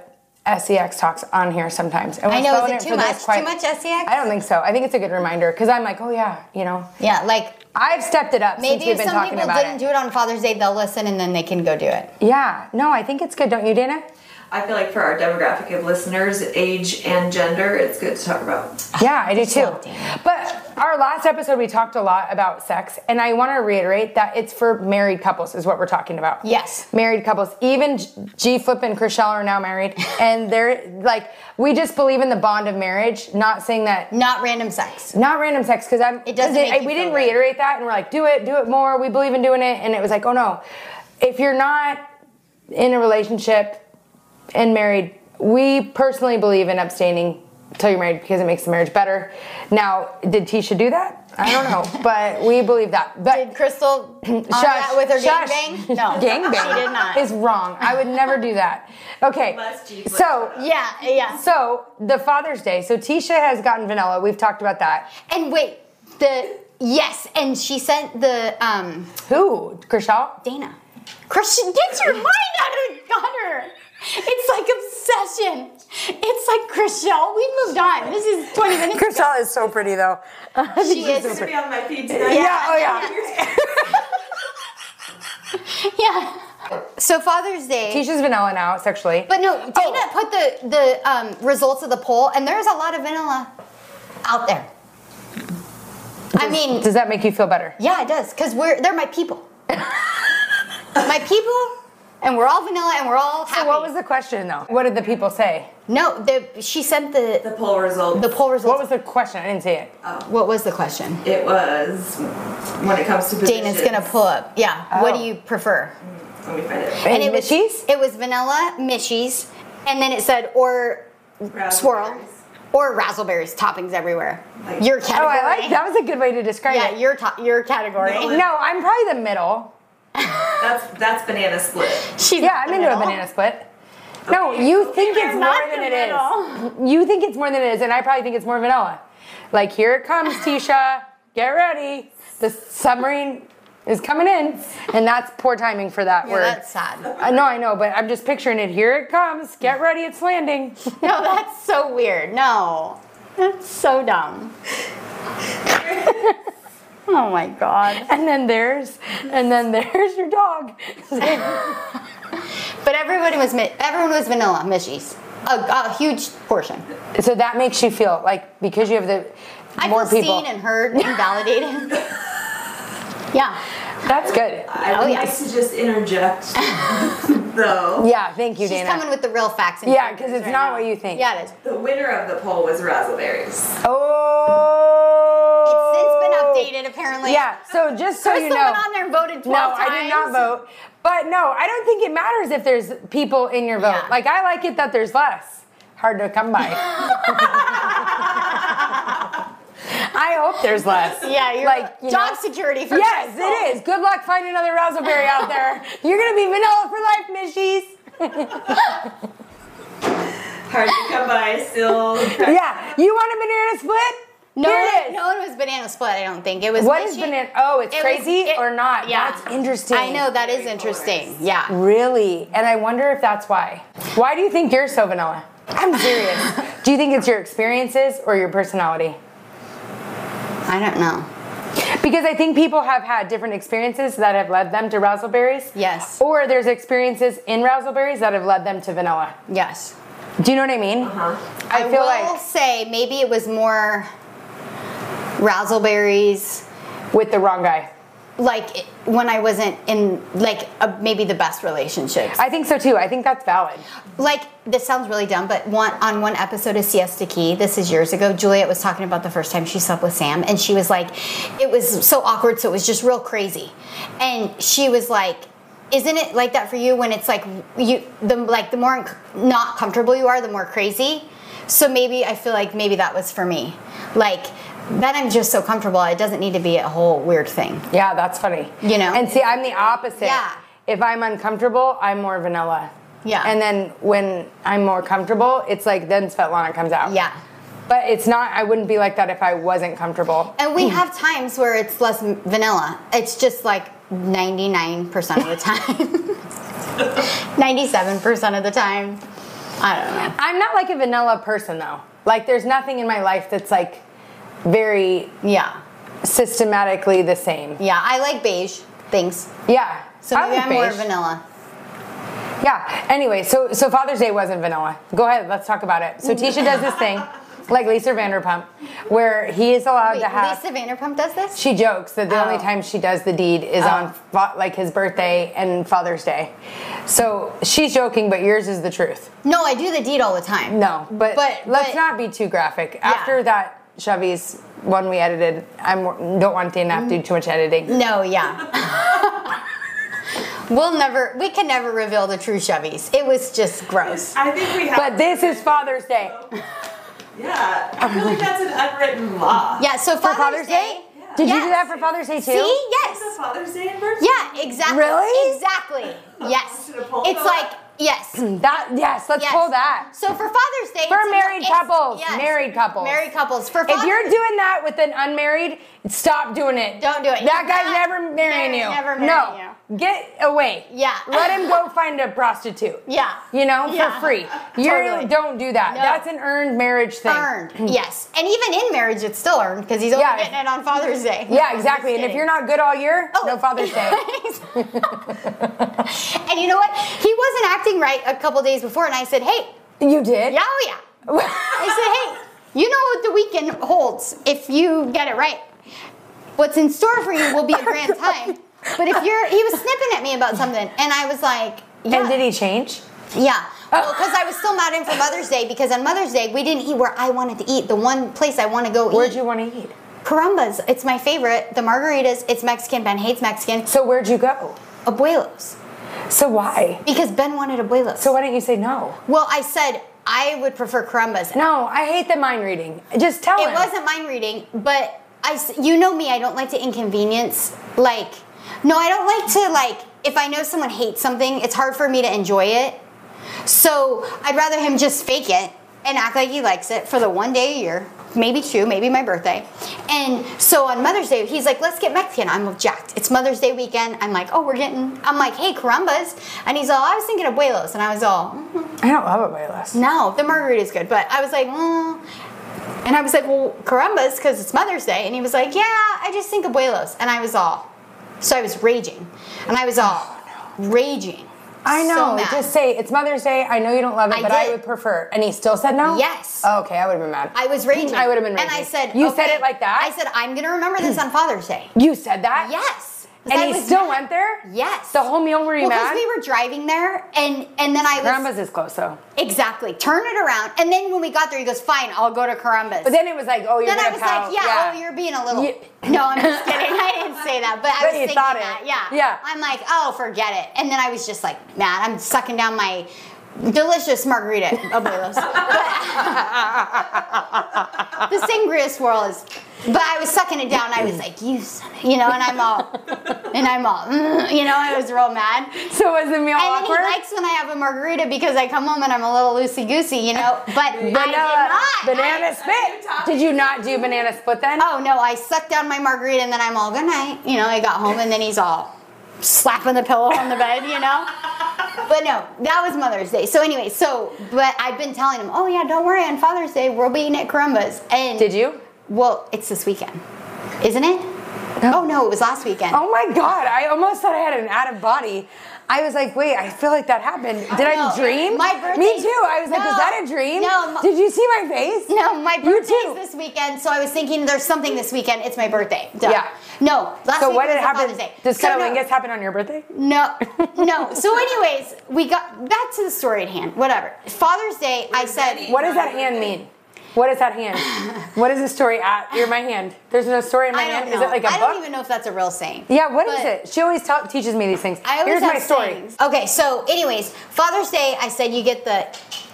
B: sex talks on here sometimes. And we're
A: I know, is
B: throwing
A: it too
B: for this
A: much? Too much E SEX?
B: I don't think so. I think it's a good reminder because I'm like, oh yeah, you know,
A: Yeah, like
B: I've stepped it up
A: maybe
B: since we've
A: if
B: been
A: some
B: talking
A: people
B: about
A: didn't
B: it.
A: do it on Father's Day, they'll listen and then they can go do it.
B: yeah, no, I think it's good, don't you, Dana?
C: I feel like for our demographic of listeners, age and gender, it's good to talk about.
B: Yeah, I do too.
A: Locked in.
B: But our last episode, we talked a lot about sex, and I want to reiterate that it's for married couples, is what we're talking about.
A: Yes.
B: Married couples. Even G- G Flip and Chriselle are now married, and they're like, we just believe in the bond of marriage, not saying that.
A: Not random sex.
B: Not random sex because I'm.
A: It doesn't
B: 'cause
A: make you
B: we
A: feel
B: didn't
A: good.
B: reiterate that, and we're like, do it, do it more. We believe in doing it, and it was like, oh no, if you're not in a relationship and married, we personally believe in abstaining till you're married because it makes the marriage better. Now, did Tisha do that? I don't know, but we believe that. But
A: Did Crystal honor
B: Shush,
A: that with her
B: shush.
A: gangbang? No,
B: gangbang
A: she did not.
B: is wrong. I would never do that. Okay,
C: Unless G flips
B: so.
A: yeah, yeah.
B: So the Father's Day. So Tisha has gotten vanilla. We've talked about that.
A: and wait, the yes, and she sent the um
B: Who? Krishaw?
A: Dana. Christian, get your mind out of Gunner. It's like obsession. It's like Chriselle, we moved on. This is 20 minutes
B: Chriselle is so pretty though.
A: ago. She is.
C: It's gonna be on my feed tonight.
B: Yeah, oh yeah.
A: Yeah. So Father's Day.
B: Tisha's vanilla now sexually.
A: But no, Dana put the the um, results of the poll, and there's a lot of vanilla out there. I mean,
B: Does that make you feel better?
A: yeah, it does, cause we're they're my people, my people, and we're all vanilla, and we're all happy.
B: So what was the question though? What did the people say?
A: no? The she sent the
C: The poll result.
A: the poll results.
B: What was the question? I didn't see it.
A: what was the question?
C: it was when it comes to positions.
A: Dana's gonna pull up. Yeah. What do
B: Oh.
A: you prefer?
C: Let me find it.
B: And
A: it was
B: Mitchie's?
A: it was vanilla Michie's, and then it said or
C: Raspberries.
A: swirl or razzleberries toppings everywhere.
C: Like-
A: Your
B: Oh,
A: category.
B: I like that was a good way to describe
A: Yeah,
B: it.
A: your to- your category.
C: No.
B: No, I'm probably the middle.
C: That's that's banana split.
A: She's
B: Yeah, I'm into a banana split. No, you think it's more
A: not
B: than
A: the
B: it is. You think it's more than it is, and I probably think it's more vanilla. Like here it comes, Tisha. Get ready. The submarine is coming in, and that's poor timing for that
A: Yeah,
B: word.
A: that's sad.
B: I know, I know, but I'm just picturing it. Here it comes. Get ready. It's landing.
A: No, that's so weird. No, that's so dumb. oh my god!
B: And then there's, and then there's your dog.
A: But everybody was mi- everyone was vanilla Mishies, a, a huge portion.
B: so that makes you feel like because you have the
A: I
B: more
A: feel
B: people.
A: seen and heard and validated. yeah,
B: That's good.
C: I
A: Oh,
C: would
A: yes.
C: like to just interject, though.
B: Yeah, thank you,
A: She's
B: Dana.
A: coming with the real facts. And
B: Yeah, 'cause
A: figures
B: it's not
A: now.
B: what you think.
A: Yeah, it is.
C: The winner of the poll was Razzleberries.
B: oh,
A: It's since been updated, apparently.
B: Yeah. So just so
A: Crystal
B: you know,
A: went on there and voted 12
B: no, I did not
A: times.
B: vote. But no, I don't think it matters if there's people in your vote.
A: Yeah.
B: Like I like it that there's less. Hard to come by. I hope there's less.
A: Yeah, you're
B: like you
A: job
B: know-
A: security for
B: Yes,
A: Crystal.
B: it is. Good luck finding another raspberry out there. You're gonna be vanilla for life, Mishies.
C: Hard to come by, still.
B: Yeah, you want a banana split?
A: No,
B: Here it
A: one-
B: is.
A: no one was banana split. I don't think it was.
B: What is
A: lychee-
B: banana? Oh, it's
A: it was-
B: crazy
A: it-
B: or not?
A: yeah.
B: That's interesting.
A: I know that is
C: Very
A: interesting.
C: colorist.
A: Yeah.
B: Really? And I wonder if that's why. Why do you think you're so vanilla? I'm serious. do you think it's your experiences or your personality?
A: I don't know.
B: Because I think people have had different experiences that have led them to razzleberries.
A: Yes.
B: Or there's experiences in razzleberries that have led them to vanilla.
A: Yes.
B: Do you know what I mean?
C: Huh?
B: I
A: Uh-huh.
B: feel
A: will
B: like
A: say maybe it was more razzleberries.
B: with the wrong guy.
A: Like it- when I wasn't in like a, maybe the best relationships.
B: I think so too. I think that's valid.
A: like this sounds really dumb, but one on one episode of Siesta Key, this is years ago, Juliet was talking about the first time she slept with Sam, and she was like, it was so awkward, so it was just real crazy, and she was like. Isn't it like that for you when it's like you the like the more inc- not comfortable you are, the more crazy? So maybe I feel like maybe that was for me. Like then I'm just so comfortable, it doesn't need to be a whole weird thing.
B: Yeah, that's funny.
A: You know?
B: And see, I'm the opposite.
A: Yeah.
B: If I'm uncomfortable, I'm more vanilla.
A: Yeah.
B: And then when I'm more comfortable, it's like then Svetlana comes out.
A: Yeah.
B: But it's not. I wouldn't be like that if I wasn't comfortable.
A: And we have times where it's less m- vanilla. It's just like 99% of the time. 97% of the time. I don't know.
B: I'm not like a vanilla person though. Like there's nothing in my life that's like very
A: Yeah.
B: systematically the same.
A: Yeah, I like beige things.
B: Yeah.
A: So maybe
B: like
A: I'm more
B: beige.
A: vanilla.
B: Yeah. Anyway, so so Father's Day wasn't vanilla. Go ahead, let's talk about it. So Tisha does this thing, like Lisa Vanderpump, where he is allowed
A: Wait,
B: to have
A: Lisa Vanderpump does this?
B: She jokes that the
A: Oh.
B: only time she does the deed is on fa- like his birthday and Father's Day. So she's joking, but yours is the truth.
A: no, I do the deed all the time.
B: No, but,
A: But-
B: let's
A: but-
B: not be too graphic. After that, Chevy's one we edited, I don't want Dana to have to
A: Mm.
B: do too much editing.
A: No, yeah. we'll never, we can never reveal the true Chevys. It was just gross.
C: I think we have.
B: But this is Father's Day.
C: Yeah, I feel like that's an unwritten law.
A: Yeah, so
B: For
A: Father's,
B: Father's Day? Did you do
A: Yes.
B: that for Father's Day too?
A: See?
C: It's
A: Yes.
C: a Father's Day and birthday.
A: Yeah, exactly.
B: Really?
A: Exactly. Yes.
C: Should I pull
A: It's
C: that?
A: like yes.
B: That yes, let's
A: Yes.
B: pull that.
A: So for Father's Day,
B: For
A: it's-
B: married
A: it's-
B: couples, married couples.
A: married couples. For
B: If
A: Father's
B: you're doing that with an unmarried, stop doing it.
A: Don't do it.
B: That
A: You're
B: guy's
A: not-
B: never marrying
A: Mary's
B: you.
A: never marrying
B: no. Get away.
A: Yeah.
B: Let him go find a prostitute.
A: Yeah.
B: You know,
A: Yeah.
B: for free. You
A: Totally.
B: don't do that.
A: No.
B: That's an earned marriage thing. Mm.
A: earned, yes, and even in marriage, it's still earned because he's only
B: Yeah.
A: getting it on Father's Day.
B: Yeah, exactly. And if you're not good all year,
A: Oh.
B: no Father's Day.
A: and you know what? He wasn't acting right a couple days before, and I said, "Hey,
B: you did?
A: yeah, oh yeah." I said, "Hey, you know what the weekend holds if you get it right. What's in store for you will
B: Oh
A: be a grand time." But if you're, he was snipping at me about something, and I was like, yeah.
B: And did he change?
A: Yeah. Well, because I was still mad at him for Mother's Day because on Mother's Day we didn't eat where I wanted to eat. The one place I want to go
B: Where'd
A: eat.
B: you want to eat?
A: Carambas. It's my favorite. The margaritas. It's Mexican. Ben hates Mexican.
B: So where'd you go?
A: Abuelos.
B: So why?
A: Because Ben wanted abuelos.
B: So why didn't you say no?
A: well, I said I would prefer Carambas.
B: No, I hate the mind reading. Just tell
A: It
B: him.
A: wasn't mind reading, but I, s- you know me, I don't like to inconvenience. Like, no, I don't like to, like, if I know someone hates something, it's hard for me to enjoy it. So I'd rather him just fake it and act like he likes it for the one day a year, maybe two, maybe my birthday. And so on Mother's Day, he's like, let's get Mexican. I'm jacked. It's Mother's Day weekend. I'm like, oh, we're getting, I'm like, hey, carambas. And he's all, I was thinking abuelos. And I was all, "Mm,
B: I don't love it, list.
A: no, the margarita is good, but I was like, mm. and I was like, well, carambas, because it's Mother's Day, and he was like, yeah, I just think abuelos, and I was all, so I was raging, and I was all raging.
B: I
A: So
B: know.
A: mad.
B: just say it's Mother's Day. I know you don't love it,
A: I
B: but I
A: did.
B: would prefer. And he still said no.
A: Yes.
B: Oh, okay, I would have been mad.
A: I was raging.
B: I would have been raging.
A: And I said,
B: you
A: okay.
B: said it like that.
A: I said, I'm gonna remember this on Father's Day.
B: you said that.
A: Yes.
B: and
A: I
B: he
A: was
B: still
A: mad.
B: went there.
A: Yes.
B: The whole meal were you
A: because
B: mad?
A: we were driving there, and and then I was
B: Grandma's is close though.
A: exactly turn it around, and then when we got there, he goes, "Fine, I'll go to Carambas."
B: But then it was like, oh, you're
A: Then
B: gonna
A: I was
B: pout.
A: like, yeah, oh, you're being a little.
B: You-
A: no, I'm just kidding. I didn't say that, but I
B: But
A: was
B: you
A: thinking
B: thought it.
A: that. Yeah.
B: Yeah.
A: I'm like, oh, forget it. And then I was just like, man, I'm sucking down my delicious margarita. Abuelos. But- the sangria swirl is. But I was sucking it down. I was like, you son of, you know, and I'm all, and I'm all, mm, you know, I was real mad.
B: So was the meal
A: And then he
B: awkward?
A: likes when I have a margarita because I come home and I'm a little loosey goosey, you know. But I did not.
B: uh, banana
A: I-
C: I-
B: split. Did you not do banana split then?
A: Oh no, I sucked down my margarita and then I'm all good night. You know, I got home and then he's all slapping the pillow on the bed, you know? But no, that was Mother's Day. So anyway, so but I've been telling him, Oh yeah, don't worry, on Father's Day we'll be eating at Carumba's. And
B: Did you?
A: Well, it's this weekend. Isn't it? Oh no, it was last weekend.
B: Oh my god! I almost thought I had an out of body. I was like, wait, I feel like that happened. Did
A: No,
B: I dream?
A: my
B: Me
A: birthday-
B: too. I was like, was
A: No,
B: that a dream?
A: no, my-
B: Did you see my face?
A: No, my
B: You
A: birthday's
B: too.
A: this weekend, so I was thinking there's something this weekend. It's my birthday. Duh.
B: Yeah.
A: No, last
B: So
A: week
B: what
A: was
B: did
A: the
B: happen?
A: Father's Day.
B: Does
A: So no-
B: Catalingus happen on your birthday?
A: No, no. So, anyways, we got back to the story at hand. Whatever. Father's Day, I said,
B: What does that hand mean? What does that hand? what is the story at? You're my hand. There's no story in
A: I
B: my hand.
A: don't know.
B: Is it like a
A: I
B: book?
A: don't even know if that's a real saying.
B: Yeah, what is
A: But-
B: it? She always tell, teaches me these things.
A: I always
B: Here's
A: have
B: my story.
A: sayings. Okay, so anyways, Father's Day, I said you get the,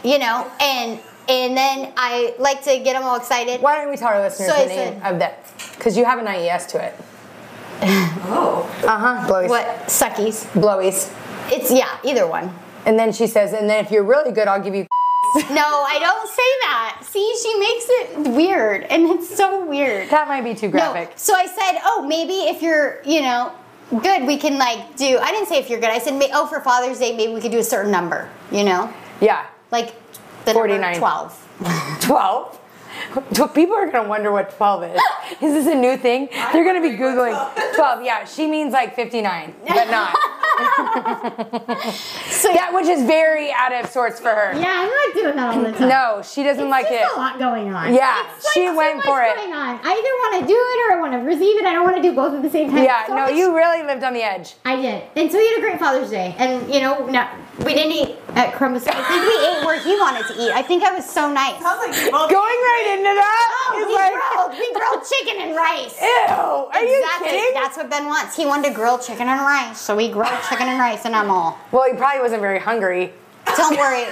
A: you know, and and then I like to get them all excited.
B: Why don't we tell our listeners
A: So I
B: the name
A: said-
B: of that? Because you have an IES to it.
C: Oh.
B: Uh huh. Blowies.
A: What suckies?
B: Blowies.
A: It's yeah, either one.
B: And then she says, and then if you're really good, I'll give you.
A: No, I don't say that. See, she makes it weird, and it's so weird.
B: That might be too graphic.
A: No. So I said, oh, maybe if you're, you know, good, we can like do. I didn't say if you're good. I said, ma- oh, for Father's Day, maybe we could do a certain number. You know,
B: Yeah.
A: like the
B: 49.
A: number twelve.
B: 12? People are gonna wonder what 12 is. Is this a new thing? They're gonna be Googling 12. Yeah, she means like 59, but not.
A: So
B: That which is very out of sorts for her.
A: yeah, I'm not doing that all the time.
B: No, she doesn't like it.
A: lot going on.
B: Yeah, It's, like, she so went much for it. going
A: on. I either want to do it or I want to receive it. I don't want to do both at the same time.
B: Yeah, no, you really lived on the edge.
A: I did. And so we had a great Father's Day. And, you know, no, we didn't eat at Crumbus. I think we ate where he wanted to eat. I think I was so nice.
C: Sounds like you both
B: Going right into that
A: Oh,
B: is
A: we,
B: like,
A: grilled, we grilled chicken and rice.
B: ew, are you
A: exactly.
B: kidding?
A: That's what Ben wants. He wanted to grill chicken and rice. So we grilled chicken and rice, and I'm all,
B: Well, he probably wasn't very hungry.
A: don't worry.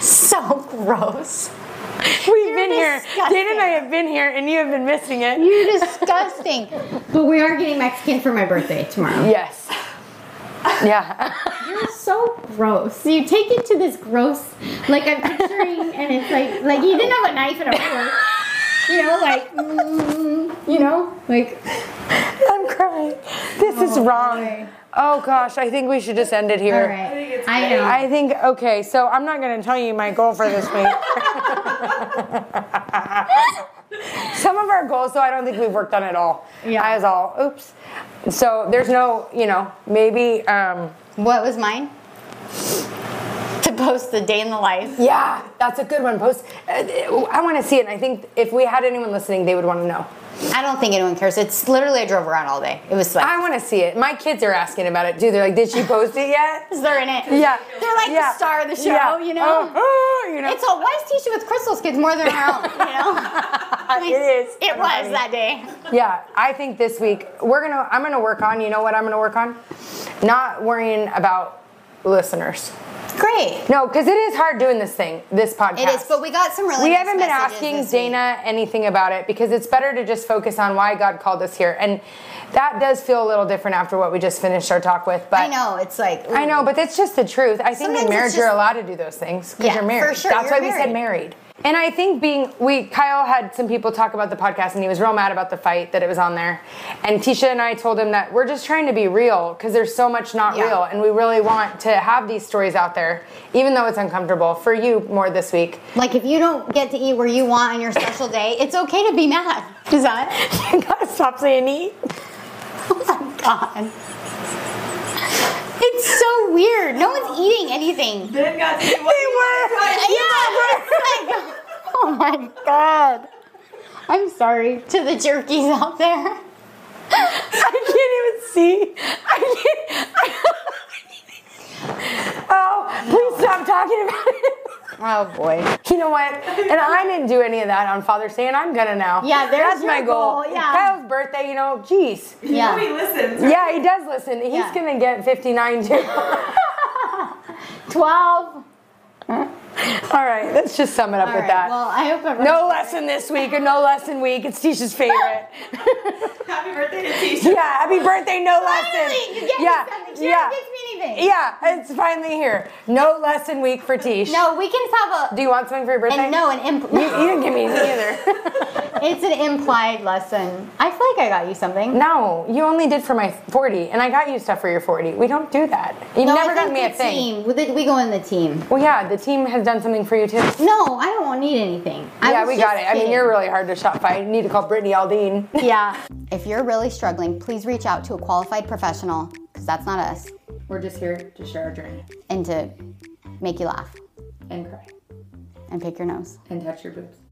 A: so gross.
B: We've been here.
A: disgusting.
B: Dan and I have been here, and you have been missing it.
A: You're disgusting. but we are getting Mexican for my birthday tomorrow.
B: Yes. Yeah.
A: You're so gross. You take it to this gross, like I'm picturing, and it's like, like you didn't have a knife and a fork. You know, like, mm, you know, like.
B: I'm crying. This is wrong. Oh gosh, I think we should just end it here.
A: All right.
C: it's
A: I know.
B: I think okay, so I'm not gonna tell you my goal for this week. Some of our goals though I don't think we've worked on at all.
A: Yeah.
B: I was all oops. So there's no, you know, maybe um
A: What was mine? To post the day in the life.
B: yeah, that's a good one. Post uh, I wanna see it and I think if we had anyone listening, they would wanna know.
A: I don't think anyone cares. It's literally I drove around all day. It was like,
B: I wanna see it. My kids are asking about it too. They're like, did she post it yet?
A: is there in it?
B: Yeah.
A: They're like
B: Yeah.
A: the star of the show,
B: Yeah.
A: you know?
B: Oh, oh, you know.
A: It's all why is teaching with Crystal's kids more than her own, you know? Like,
B: It is.
A: It was that day.
B: Yeah, I think this week we're gonna. I'm gonna work on. You know what I'm gonna work on? Not worrying about listeners.
A: Great.
B: No, because it is hard doing this thing, this podcast.
A: It is, but we got some really
B: we
A: nice
B: haven't been
A: messages
B: asking
A: this week.
B: Dana anything about it because it's better to just focus on why God called us here, and that does feel a little different after what we just finished our talk with. But
A: I know, it's like
B: I know, but that's just the truth. I think
A: Sometimes
B: in
A: it's
B: marriage you're
A: just-
B: allowed to do those things because
A: Yeah,
B: you're married.
A: for sure,
B: That's
A: you're
B: why we said
A: married.
B: married. And I think being we Kyle had some people talk about the podcast and he was real mad about the fight that it was on there. And Tisha and I told him that we're just trying to be real because there's so much not
A: Yeah.
B: real and we really want to have these stories out there even though it's uncomfortable for you more this week.
A: like if you don't get to eat where you want on your special day, it's okay to be mad. Is that?
B: You gotta stop saying eat.
A: Oh my god. It's so weird. No one's eating anything.
C: Then got to do what
B: They were.
A: Yeah, it's like- oh my god. I'm sorry to the jerkies out there.
B: I can't even see. I can't. oh, please stop talking about it.
A: Oh boy.
B: You know what? And I didn't do any of that on Father's Day, and I'm gonna now.
A: Yeah, there's
B: that's my
A: your
B: goal.
A: goal, yeah.
B: Kyle's birthday, you know, geez.
A: Yeah.
C: Nobody listens.
B: Yeah, he does listen. He's
A: Yeah.
B: gonna get 59 too.
A: Twelve.
B: All right, let's just sum it up
A: All
B: with
A: right.
B: that.
A: Well, I hope everyone.
B: no lesson this week or no lesson week. It's Tisha's favorite.
C: Happy birthday to Tisha.
B: yeah, happy birthday, no lesson.
A: Finally, you get
B: yeah,
A: me something. She
B: yeah,
A: never gets me anything.
B: yeah. It's finally here. No lesson week for Tish.
A: No, we can have a.
B: Do you want something for your birthday?
A: And no, an imp.
B: You, you didn't give me anything either.
A: it's an implied lesson. I feel like I got you something.
B: no, you only did for my 40, and I got you stuff for your 40. We don't do that. You've
A: No, I
B: never
A: think
B: gotten me a
A: the
B: thing.
A: Team. We did- We go in the team.
B: Well, yeah, the team has done something for you too.
A: No, I don't need anything. I
B: yeah,
A: was
B: we got it.
A: just
B: I mean,
A: kidding.
B: you're really hard to shop by. You need to call Brittany Aldean.
A: Yeah. If you're really struggling, please reach out to a qualified professional because that's not us,
B: We're just here to share our journey
A: and to make you laugh
B: and cry
A: and pick your nose.
B: and touch your boobs.